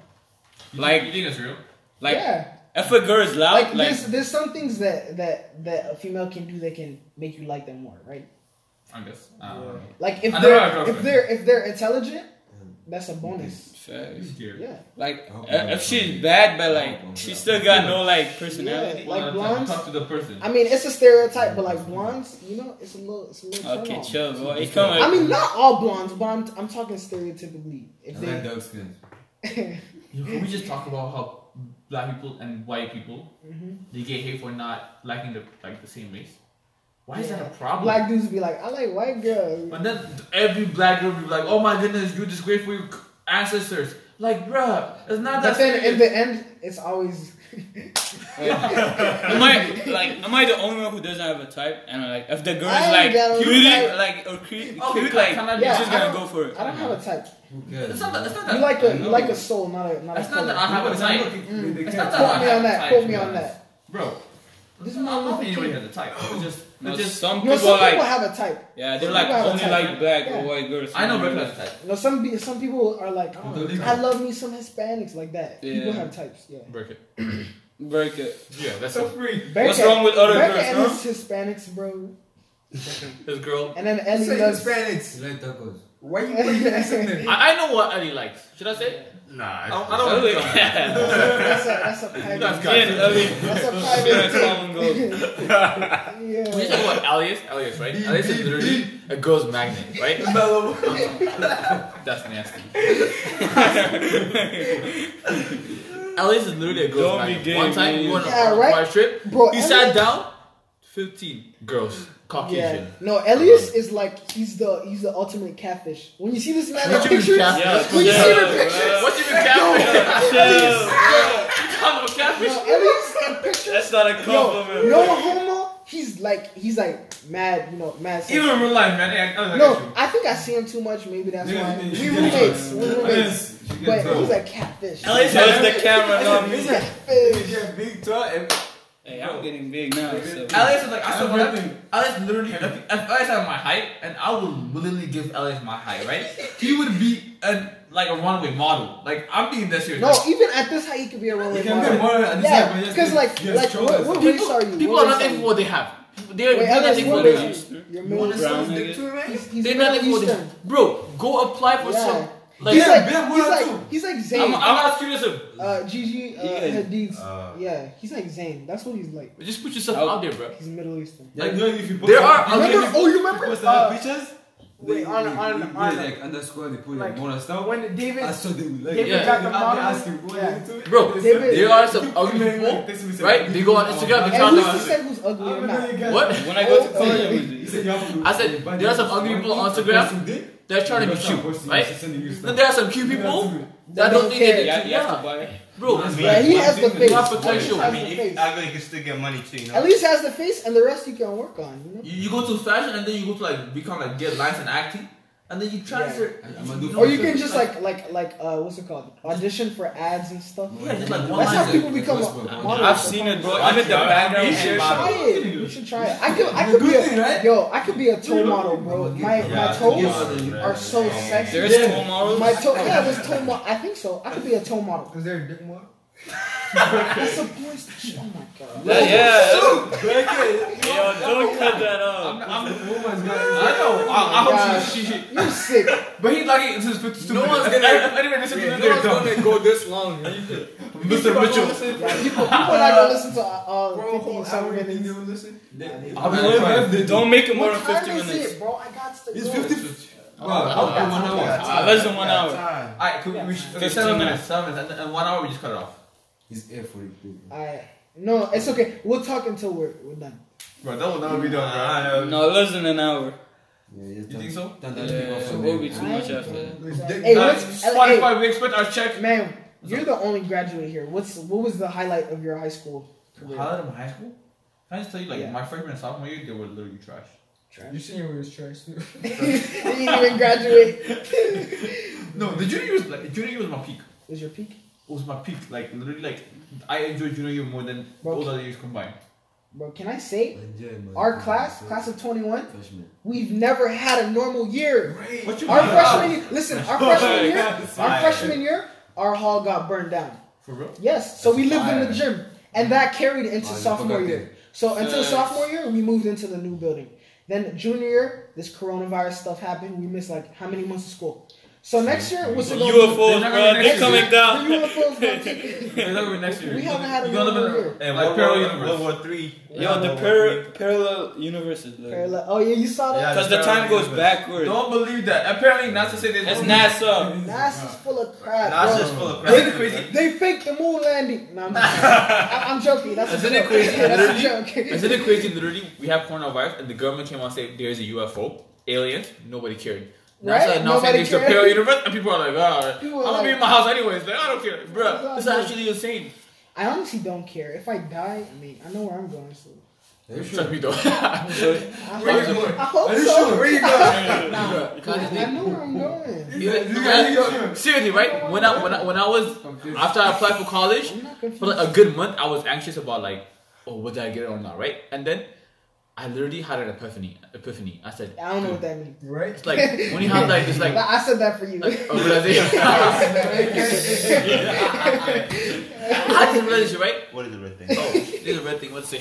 S3: you
S4: like-
S3: think, you think it's real?
S4: like
S2: yeah.
S4: if a girl is loud,
S2: Like,
S4: like,
S2: there's there's some things that that that a female can do that can make you like them more, right?
S3: I guess. I don't know.
S2: Like if
S3: I never had
S2: they're if
S3: a girlfriend.
S2: they're if they're intelligent, That's a bonus.
S4: Facts.
S2: Yeah.
S4: Like,
S1: I
S2: Oh,
S1: hope
S4: uh,
S1: I'm
S4: if she's
S1: not-
S4: bad, but
S1: I hope I'm
S4: like, she
S1: not-
S4: still got no like
S2: Yeah.
S4: personality. uh,
S2: Like blondes.
S3: Talk to the person.
S2: I mean, it's a stereotype, but like blondes, you know, it's a little, it's a little. turn
S4: Okay,
S2: off.
S4: chill, boy. It come.
S2: I mean, not all blondes, but I'm, I'm talking stereotypically. If
S1: I like
S2: they,
S1: dark skins.
S3: Yo, Can we just talk about how black people and white people
S2: Mhm.
S3: they get hate for not liking the like the same race? Why is that a
S2: Yeah.
S3: problem?
S2: black dudes be like, I like white girls.
S3: But then every black girl be like, "Oh my goodness, you disgraceful your ancestors." Like, bruh, it's not
S2: But
S3: that.
S2: then in
S3: serious.
S2: the end, it's always
S4: Am I like? Am I the only one who doesn't have a type? And like, if the girl
S2: I
S4: is
S2: ain't
S4: like
S2: got no
S4: cute,
S2: type.
S4: like or cute,
S3: Okay,
S4: cute,
S3: can-
S4: like,
S3: can I be-
S4: you're
S2: Yeah,
S4: just
S2: I
S4: gonna
S2: don't-
S4: go for it.
S2: I don't have a type.
S1: Who cares?
S3: It's not that. It's not that.
S2: You like a
S1: I
S2: you
S1: know.
S2: like a soul, not a not a.
S3: it's not that I
S2: color.
S3: have a
S1: I'm
S3: type,
S1: looking- they
S3: It's
S1: can't-
S3: not that
S2: Quote me
S3: I have
S2: on
S3: a
S2: that.
S3: type,
S2: Quote
S3: to
S2: me
S3: be
S2: on
S3: honest.
S2: that.
S3: bro.
S2: This
S3: I don't
S2: motherfucker
S3: think anybody
S2: kid.
S3: has a type. It's just,
S4: No,
S3: it's just.
S4: some
S2: You know,
S4: people
S2: some
S4: like,
S2: people have a type.
S4: yeah, they
S2: some
S4: like
S2: people have a
S4: only
S2: type,
S4: like
S2: right?
S4: black
S2: Yeah.
S4: or white girls.
S3: I know
S4: black
S3: black has a type.
S2: You know, some be- some people are like, oh,
S1: Don't leave
S2: I
S1: it.
S2: love me some Hispanics like that. People
S4: Yeah.
S2: have types. Yeah.
S3: Break it.
S4: Break it.
S3: Yeah, that's so free.
S4: What's wrong with other
S2: Becca
S4: girls,
S2: and
S4: huh?
S2: his Hispanics, bro.
S3: This girl.
S2: And then
S5: You
S2: Ellie
S5: say
S2: loves.
S5: Hispanics.
S1: You like tacos.
S5: Why you putting that in there?
S3: I, I know what Ellie likes. Should I say? it?
S6: Nah, I,
S3: I don't
S4: Ellie,
S3: want to.
S4: yeah,
S2: That's a that's a private.
S3: That's
S4: Me and Ellie,
S2: That's a
S4: we're a
S2: private.
S4: common goal.
S3: We
S2: Yeah.
S3: talk about Alias, Alias, right? Alias is literally a girl's magnet, right? That's nasty. Alias is literally a girl's
S4: Don't be
S3: magnet.
S4: gay,
S3: One time
S4: man.
S3: we went on
S2: Yeah,
S3: a
S2: right?
S3: choir trip,
S2: Bro,
S3: he
S2: Elliot-
S3: sat down, 15 girls,
S2: Yeah.
S3: Caucasian.
S2: No, Elias is like he's the he's the ultimate catfish. When you see this man in
S3: What you mean
S2: pictures,
S3: catfish?
S2: when you see the
S4: Yeah.
S2: pictures,
S3: What you mean catfish? I'm a
S2: no,
S3: catfish?
S2: Elias in pictures,
S4: That's not a
S2: yo,
S4: compliment.
S2: no homo. He's like he's like mad, you know, mad.
S3: Even in real life, man. I, I, I got
S2: No,
S3: you.
S2: I think I see him too much. Maybe that's
S1: Yeah,
S2: why.
S1: you-
S2: We
S1: you-
S2: roommates. We
S1: you-
S2: roommates.
S1: you can
S2: But
S1: tell.
S2: he's a catfish.
S4: Ellie says the camera, not
S2: He's
S4: me.
S2: a catfish.
S1: Yeah, big toe and
S4: Hey, I'm getting big now. So.
S3: Alias is like, I
S1: I'm
S3: saw what
S1: really-
S3: happened. Alias literally, if, if Alias had my height, and I would willingly give Alias my height, right? He would be an, like a runway model. Like, I'm being that serious.
S2: No, even at this height, he could be a
S1: He
S2: runway
S1: can be
S2: model.
S1: more than this guy,
S2: Yeah,
S1: but he has
S2: because
S1: big-
S2: like,
S1: he has
S2: like what,
S1: shoulders.
S2: what race
S3: people,
S2: are you?
S3: people
S2: What
S3: are not
S2: race
S3: thankful for what they have. They're
S2: Wait,
S3: they're not
S2: Alex,
S3: thankful
S2: what
S3: for what they
S2: race-
S3: have.
S2: you? You're
S1: You wanna
S2: Middle
S4: Brown
S1: sell his
S4: nigga.
S1: dick to a man?
S2: He's, he's
S3: They're not
S2: Middle
S3: thankful for
S2: Eastern.
S3: this. Bro, go apply for
S2: Yeah.
S3: some. Like,
S2: He's
S1: Yeah,
S2: like,
S1: Ben, what
S2: he's
S1: I
S2: like,
S1: do?
S2: he's like
S3: I'm,
S2: Zayn.
S3: I'm not serious.
S2: uh, Gigi uh,
S4: Yeah.
S2: Hadid's.
S6: Uh,
S2: yeah, he's like Zayn. That's what he's like.
S3: Just put yourself
S4: I'll-
S3: out there, bro.
S2: He's Middle Eastern.
S1: Yeah, you know, if you you
S3: There are
S1: know,
S3: other-
S1: if you-
S2: oh, you remember?
S1: Post
S2: Uh,
S1: enough pictures.
S2: wait,
S1: they-
S2: on-
S1: they-
S2: on-
S1: they-
S2: on-
S1: they, like underscore they put like
S12: like,
S1: more stuff.
S12: When David,
S1: I saw they would like.
S12: David
S3: Yeah.
S12: got the
S1: I'll be
S12: model,
S1: asking, what
S12: Yeah.
S1: is it?
S3: Bro,
S2: David-
S3: there are some ugly people, right? They go on Instagram and
S2: And
S3: try
S2: at least he
S3: to.
S2: said who's ugly or not.
S3: What?
S4: When I go to college, I was
S1: He said, you have to-
S3: I said, there are some ugly people on Instagram. They're trying to be cute, right? Then there are some cute people that don't think they
S4: Yeah,
S3: are
S4: you have to
S3: Yeah,
S4: buy.
S3: bro,
S2: Yeah, he has the face.
S3: you have
S2: He
S3: potential.
S2: has
S6: I
S2: the
S6: mean,
S2: face.
S6: if ugly can still get money too, you know.
S2: At least has the face, and the rest you can work on. You know.
S3: You, you go to fashion and then you go to like become like get lines and acting, and then you transfer.
S1: Yeah. I'm gonna do
S2: Or you can just like like like uh what's it called? Audition for ads and stuff.
S3: Yeah, just like one
S2: That's how
S3: line.
S2: people become models.
S4: I've seen it, bro. Even the background shit.
S2: Try it. You should try it. I could I could be a, yo, I could be a toe model, bro. My my toes are so sexy.
S4: There's role models.
S2: My toe yeah, this toe model I think so. I could be a toe model.
S5: Is there a dick more?
S2: That's a voice oh my god.
S4: Yeah, yeah. Yo, don't cut that out.
S3: I know. I, I
S2: Yeah.
S3: hope she, she, she.
S2: You're sick.
S3: But he's like, it's his 52
S1: No
S3: minutes.
S1: one's gonna-
S3: If anyone listen to this, they're dumb.
S1: go this long.
S3: Mr. Mitchell.
S2: Yeah, people, people are not gonna listen to uh 50 some minutes.
S1: I'll be
S4: Don't-
S1: like,
S4: don't- Don't make it more
S2: What
S4: than
S2: time
S4: 50
S2: is
S4: minutes.
S2: it, bro? I got to
S1: It's
S2: go.
S1: 50. Wow,
S3: Yeah.
S1: one hour.
S4: Uh, less than one hour.
S6: Time.
S3: Alright, could we- we should. Okay, seven minutes. Seven minutes. And, and one hour, we just cut it off.
S1: He's air for it, people.
S2: Alright. No, it's okay. We'll talk until we're we're done.
S3: Bro, that will never be done, bro.
S6: Nah,
S4: No, less than an hour.
S1: Yeah, you
S3: think so?
S4: Yeah, so will be too much after that.
S2: Hey,
S3: Uh,
S2: what's
S3: Spotify, we expect our check.
S2: Man, you're the only graduate here. What's what was the highlight of your high school career?
S3: Highlight of my high school? Can I just tell you, like,
S2: Yeah.
S3: my freshman and sophomore year, they were literally trash.
S5: You senior was trash.
S2: you didn't even graduate.
S3: No, the junior year was like, junior year was my peak.
S2: Was your peak,
S3: It was my peak. Like, literally, like, I enjoyed junior year more than
S2: Bro.
S3: all other years combined.
S2: bro? Can I say our class, class of twenty one,
S1: Freshman.
S2: we've never had a normal year.
S3: What you
S2: Our
S3: mean?
S2: freshman year, listen, our freshman year, our
S6: Fire.
S2: freshman year, our hall got burned down.
S3: For real?
S2: Yes, so we lived in the
S1: Fire.
S2: gym, and that carried into
S1: Oh, you
S2: sophomore
S1: forgot
S2: year. So until
S4: Facts.
S2: sophomore year, we moved into the new building. Then junior year, this coronavirus stuff happened. We missed like how many months of school? So next year, what's it going to be?
S3: They're
S4: UFOs,
S3: not
S4: bro.
S3: gonna
S4: They're
S3: next
S4: coming
S2: year,
S4: down.
S2: The UFOs gonna take it.
S3: It's over next year.
S2: We haven't had a
S3: You're gonna
S2: normal
S3: live in a-
S6: And
S3: like
S6: World
S3: parallel
S6: War,
S3: universe.
S6: World War Three.
S4: Yo, the par- parallel universes.
S2: Parallel- Oh yeah, you saw that.
S6: Yeah,
S4: Because the time goes
S6: Parallel universe.
S4: backwards.
S3: Don't believe that. Apparently, NASA said they
S4: That's
S3: don't-
S4: NASA.
S2: NASA's full of crap.
S6: That's
S2: bro.
S6: just full of
S2: They,
S6: crap. Crazy.
S2: they fake the moon landing. No, I'm, just- I- I'm joking. That's
S3: Isn't
S2: a
S3: it
S2: joke.
S3: crazy?
S2: That's a joke.
S3: Isn't it crazy? Literally, we have coronavirus, and the government came out and said there's a UFO, aliens. Nobody cared. That's
S2: Right?
S3: right? now
S2: Nobody
S3: saying it's a
S2: cared.
S3: parallel universe, and people are like, "Ah, I'm
S2: People are
S3: gonna be
S2: like-
S3: in my house anyways." Like, I don't care, bro. This is
S2: Exactly.
S3: actually insane.
S2: I honestly don't care. If I die, I mean, I know where I'm going. So
S5: Are you sure?
S3: Trust me though.
S2: I
S5: Where
S2: hope,
S5: you going?
S2: I hope
S5: Are you
S2: so.
S5: sure? Where you going?
S2: Nah, I, I know where I'm going.
S3: You-
S5: You guys-
S3: Seriously, right? When I when I, when I was
S5: Confused.
S3: after I applied for college,
S2: I'm not
S3: for
S2: confused.
S3: like a good month, I was anxious about like, oh, would I get it or not, right? And then I literally had an epiphany. Epiphany. I said,
S2: I don't know what that means.
S1: Right?
S3: it's like when you have like this like,
S2: But I said that for you.
S3: like a realization. I had this realization, right?
S6: What is the red thing?
S3: Oh, this is a red thing. Let's see.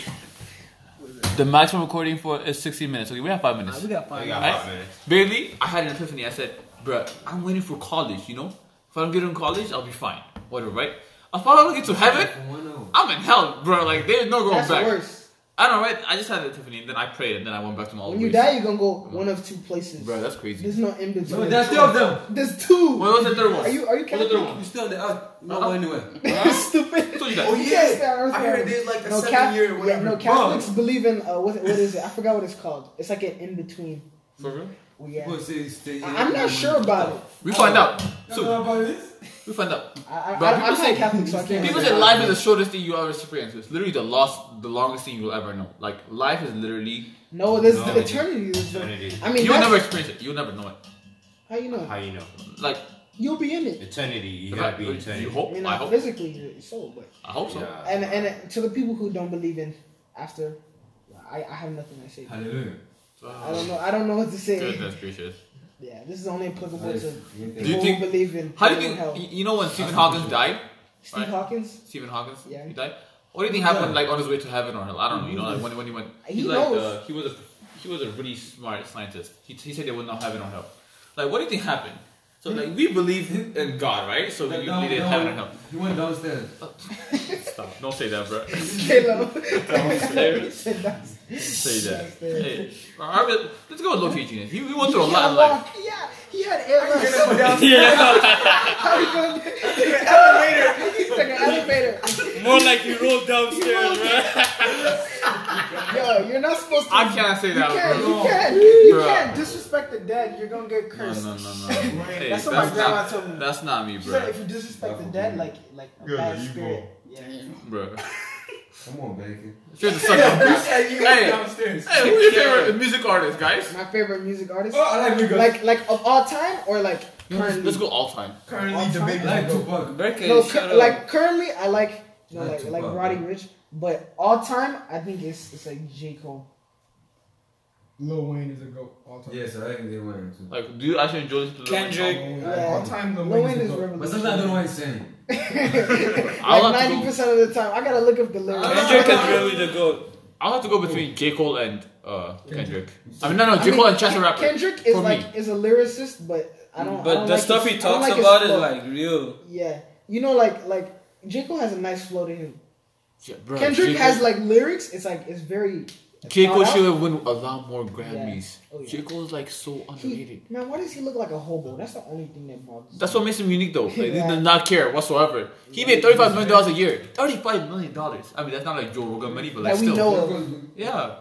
S3: The maximum recording for is 16 minutes. Okay, we have five minutes.
S2: Ah, got
S6: I
S2: fun.
S6: got
S3: Right?
S6: five minutes.
S3: Barely, I had an epiphany. I said, bruh, I'm waiting for college, you know? If I don't get in college, I'll be fine. Whatever, right? If I don't get to heaven, I'm in hell, bro. Like, there's no going
S2: That's
S3: back.
S2: worse.
S3: I don't know, right? I just had an epiphany, and then I prayed, and then I went back to my old
S2: When you
S3: ways.
S2: die, you're gonna go one of two places.
S3: Bro, that's crazy.
S2: There's no in between.
S5: No, there's two of them.
S2: There's two.
S3: What was the third one?
S2: Are you are you
S3: What was the third
S2: counting?
S3: one?
S5: You still there? Uh,
S4: Uh-huh.
S5: not going anywhere.
S2: Stupid.
S3: I told you that.
S5: Oh
S2: You can't stay on
S5: yeah,
S2: Earth
S5: I
S2: forever.
S5: heard there's like a
S2: No,
S5: seven
S2: Catholic,
S5: year
S2: yeah,
S5: whatever.
S2: no
S5: Bro,
S2: Catholics believe in uh, what, what is it? I forgot what it's called. It's like an in between.
S3: For real?
S2: Yeah.
S5: people say stay-
S2: I- I'm not sure about it.
S3: We find out.
S5: You know
S3: So,
S5: about this?
S3: we find out.
S2: I, I,
S3: Bro,
S2: I,
S3: people
S2: I'm
S3: say-
S2: not Catholic, so I can't.
S3: People
S2: answer
S3: say
S2: that.
S3: life is the shortest thing you ever experience. It's literally the last, the longest thing you'll ever know. Like life is literally
S2: no. There's
S6: No.
S2: the eternity. Is the,
S6: Eternity.
S2: I mean,
S3: you'll
S2: that's-
S3: never experience it. You'll never know it.
S2: How you know?
S6: How you know?
S3: Like
S2: You'll be in it.
S6: Eternity. You
S3: if
S6: gotta
S3: I-
S6: be eternity.
S3: you
S2: I
S3: hope.
S2: mean,
S3: I
S2: not
S3: hope.
S2: physically, your soul, but
S3: I hope so.
S6: Yeah.
S2: and and uh, to the people who don't believe in after, I, I have nothing to say.
S5: Hallelujah.
S2: I don't know. I don't know what to say.
S3: Goodness gracious.
S2: Yeah, this is only applicable to
S3: Do you
S2: people
S3: think-
S2: who believe in.
S3: How do you
S2: heaven and
S3: think?
S2: hell.
S3: y- You know when Stephen Hawking died?
S2: Steve
S3: Right.
S2: Hawkins?
S3: Stephen Hawking.
S2: Yeah.
S3: He died. What do you think happened? Like on his way to heaven or hell? I don't know. You know, like when when he went.
S2: He
S3: like
S2: knows.
S3: uh, he was a he was a really smart scientist. He, he said they would not heaven or hell. Like what do you think happened? So like we believe in God, right? So like, we
S5: No,
S3: believe in
S5: no.
S3: heaven or hell.
S5: He went downstairs.
S3: Stop! Don't say that, bro.
S2: Caleb.
S3: Don't
S2: He said that's-
S3: say that.
S2: that's the-
S3: Hey, all right, let's go with low key genius. He, he went through a
S2: He
S3: lot
S2: can't
S3: in life.
S2: walk. Yeah, he had errors. How he gonna elevator? He's like an elevator.
S4: More like you rolled downstairs, right?
S2: Yo, you're not supposed to.
S3: I can't say
S2: You
S3: that,
S2: can't.
S3: bro.
S2: You can't. You
S3: Bro.
S2: can't disrespect the dead. You're gonna get
S3: No,
S2: cursed.
S3: no, no, no. Hey,
S2: That's
S3: that's,
S2: what my grandma
S3: not,
S2: told me.
S3: that's not me,
S2: She said
S3: bro.
S2: if you disrespect the dead, like like a bad spirit. Yeah.
S3: Bro.
S5: Come on, bacon.
S3: You're the son of a bitch.
S5: Hey, you
S3: Hey.
S5: went downstairs.
S3: Hey, who's your favorite music artist, guys?
S2: My favorite music artist,
S5: Oh, I like you guys.
S2: like like of all time or like currently.
S3: Let's go all time.
S5: Currently, the baby. Like Tupac.
S2: No, cur- like currently, I like no,
S5: Not
S2: like
S5: too
S2: like
S5: bad,
S2: Roddy
S5: bro.
S2: Rich, but all time, I think it's it's like J Cole.
S1: Lil Wayne is a goat. All time.
S5: Yes, I like the one too.
S3: Like, do you actually enjoy listening to
S4: Kendrick.
S1: All time, Lil
S2: Lil
S1: Wayne
S2: Wayne
S1: is
S2: is
S1: a goat.
S5: But sometimes I don't
S2: revolutionary.
S5: know what he's saying.
S3: I'll
S2: like
S3: have to
S2: ninety
S3: go-
S2: percent of the time, I gotta look up the lyrics.
S4: Kendrick is really the goat.
S3: I'll have to go between J. Cole and uh, Kendrick. I mean, no, no, J. Cole and Chance the Rapper.
S2: Kendrick is
S3: For me.
S2: like is a lyricist, but I don't. I
S4: But
S2: don't
S4: the
S2: like
S4: stuff
S2: his-
S4: he
S2: I don't
S4: talks
S2: like his
S4: about is
S2: flow.
S4: like real.
S2: yeah, you know, like like J Cole has a nice flow to him.
S3: Yeah, bro,
S2: Kendrick
S3: J. Cole-
S2: has like lyrics. It's like Oh, it's very.
S3: J. Cole
S2: thought out.
S3: should have won a lot more Grammys.
S2: Oh, yeah.
S3: J. Cole is like so underrated.
S2: He, man, why does he look like a hobo? That's the only thing that bothers. me.
S3: That's what makes him unique, though. Like,
S2: Yeah.
S3: he did not care whatsoever. He made thirty-five million dollars a year. Thirty-five million dollars. I mean, that's not like Joe Rogan money, but like
S2: that we
S3: still.
S2: know of.
S3: Yeah.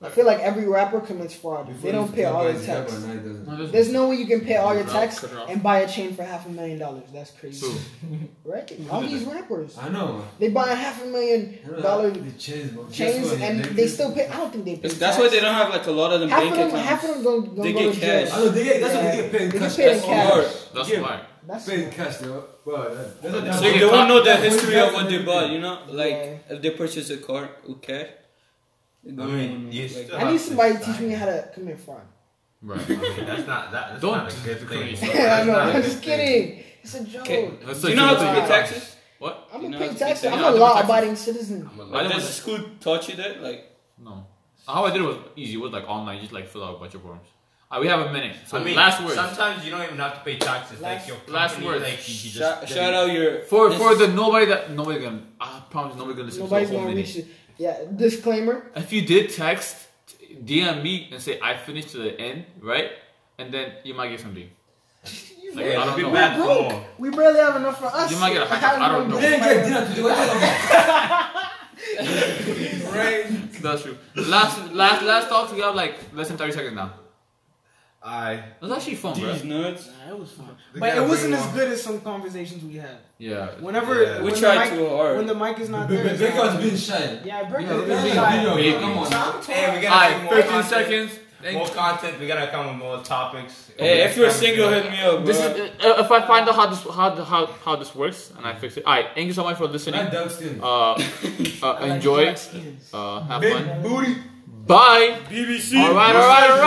S2: I feel like every rapper commits fraud. They don't pay all their tax. There's no way you can pay all your tax and buy a chain for half a million dollars. That's crazy,
S3: True.
S2: right? All these rappers,
S5: I know.
S2: they buy a half a million
S5: I know
S2: dollar
S5: The chains, bro.
S2: chains
S5: Just go
S2: and
S5: ahead,
S2: they
S5: nigga.
S2: still pay. I don't think they pay.
S4: It's-
S2: Tax.
S4: That's why they don't have like a lot of them
S2: half
S4: bank
S2: of them. Half of them
S4: accounts.
S2: don't, don't
S4: They
S2: go
S4: get
S2: to
S4: cash.
S5: I
S2: jail.
S5: know they get. That's what they get paid. in
S2: They get
S5: cash.
S2: paid in
S5: That's all.
S2: cash.
S3: That's
S5: Yeah.
S3: why.
S2: That's
S5: Paid in cash, though. Bro, that-
S3: So
S4: They
S5: that's what
S3: you
S5: that's-
S3: get
S4: don't know the
S5: caught.
S4: history of what they bought, you know? Like,
S2: Yeah.
S4: if they purchase a car with cash. they don't
S6: mean,
S4: know,
S6: yes,
S4: like-
S6: still-
S2: I need somebody to teach me how to commit fraud.
S3: Right.
S6: Okay, that's not that. That's
S3: Don't
S6: not a good thing.
S3: crazy.
S6: That's
S2: I know.
S6: not a
S2: I'm
S6: good
S2: just
S6: thing.
S2: kidding. It's a joke.
S4: Okay.
S3: That's
S4: Do you
S3: like
S4: know how
S3: the-
S4: to pay taxes?
S3: What?
S2: I'm
S4: You
S2: gonna
S4: know,
S2: pay
S4: it's-
S2: taxes.
S4: it's-
S2: I'm
S3: yeah, I
S2: a
S3: do
S2: law-abiding citizen.
S3: I'm
S4: Like,
S3: like,
S4: does the school taught you that? Like,
S3: no. How I did it was easy. It was like online. You just like fill out a bunch of forms. Uh, we have a minute. So
S6: I mean,
S3: last words.
S6: Sometimes you don't even have to pay taxes.
S2: Last-
S6: like your company,
S3: last words.
S6: Like, you, you just,
S4: Shout, shout out your
S3: For
S4: this-
S3: for the nobody that nobody gonna I promise nobody gonna listen
S2: Nobody's
S3: to the whole
S2: gonna
S3: minute.
S2: reach it. Yeah, disclaimer.
S3: If you did text, DM me and say I finished to the end, right? And then you might get something. Like,
S6: Yeah,
S3: I
S6: be
S3: don't know.
S6: back
S2: broke.
S6: home.
S2: We barely have enough for us.
S3: You might get a high
S2: How
S3: five. I
S2: do
S3: don't
S2: we
S3: know.
S1: didn't get dinner today. What you Right.
S3: That's true. Last last last talk we have like less than thirty seconds now.
S6: I
S3: That's actually fun, bro.
S4: these nuts.
S2: Nah, it was fun.
S1: They
S2: But
S1: gotta
S2: it wasn't
S1: bring
S2: as
S1: one.
S2: good as some conversations we had.
S3: Yeah.
S2: Whenever
S6: Yeah.
S4: We
S2: when the
S4: tried
S2: mic-
S4: too hard.
S2: When the mic is not there. it's not
S1: Baker's
S2: good.
S1: been shy.
S2: Yeah,
S1: Yeah,
S2: Breaker's
S1: Baker's
S2: been
S1: been
S2: shy.
S1: video.
S3: Baker.
S1: Come on.
S6: Hey, we gotta
S3: Alright,
S6: do more
S3: fifteen
S6: content.
S3: seconds. Thank
S6: More content. We gotta come with more topics.
S4: Hey, if you're single, hit me up, bro.
S3: This is uh, if I find out how this how how how this works and I fix it. Alright, thank you so much for listening.
S1: Not Dunstan.
S3: Uh, uh
S2: I like
S3: enjoy.
S2: black skins.
S3: Uh, have fun.
S1: Booty.
S3: Bye.
S4: BBC.
S3: All right, all right, all right.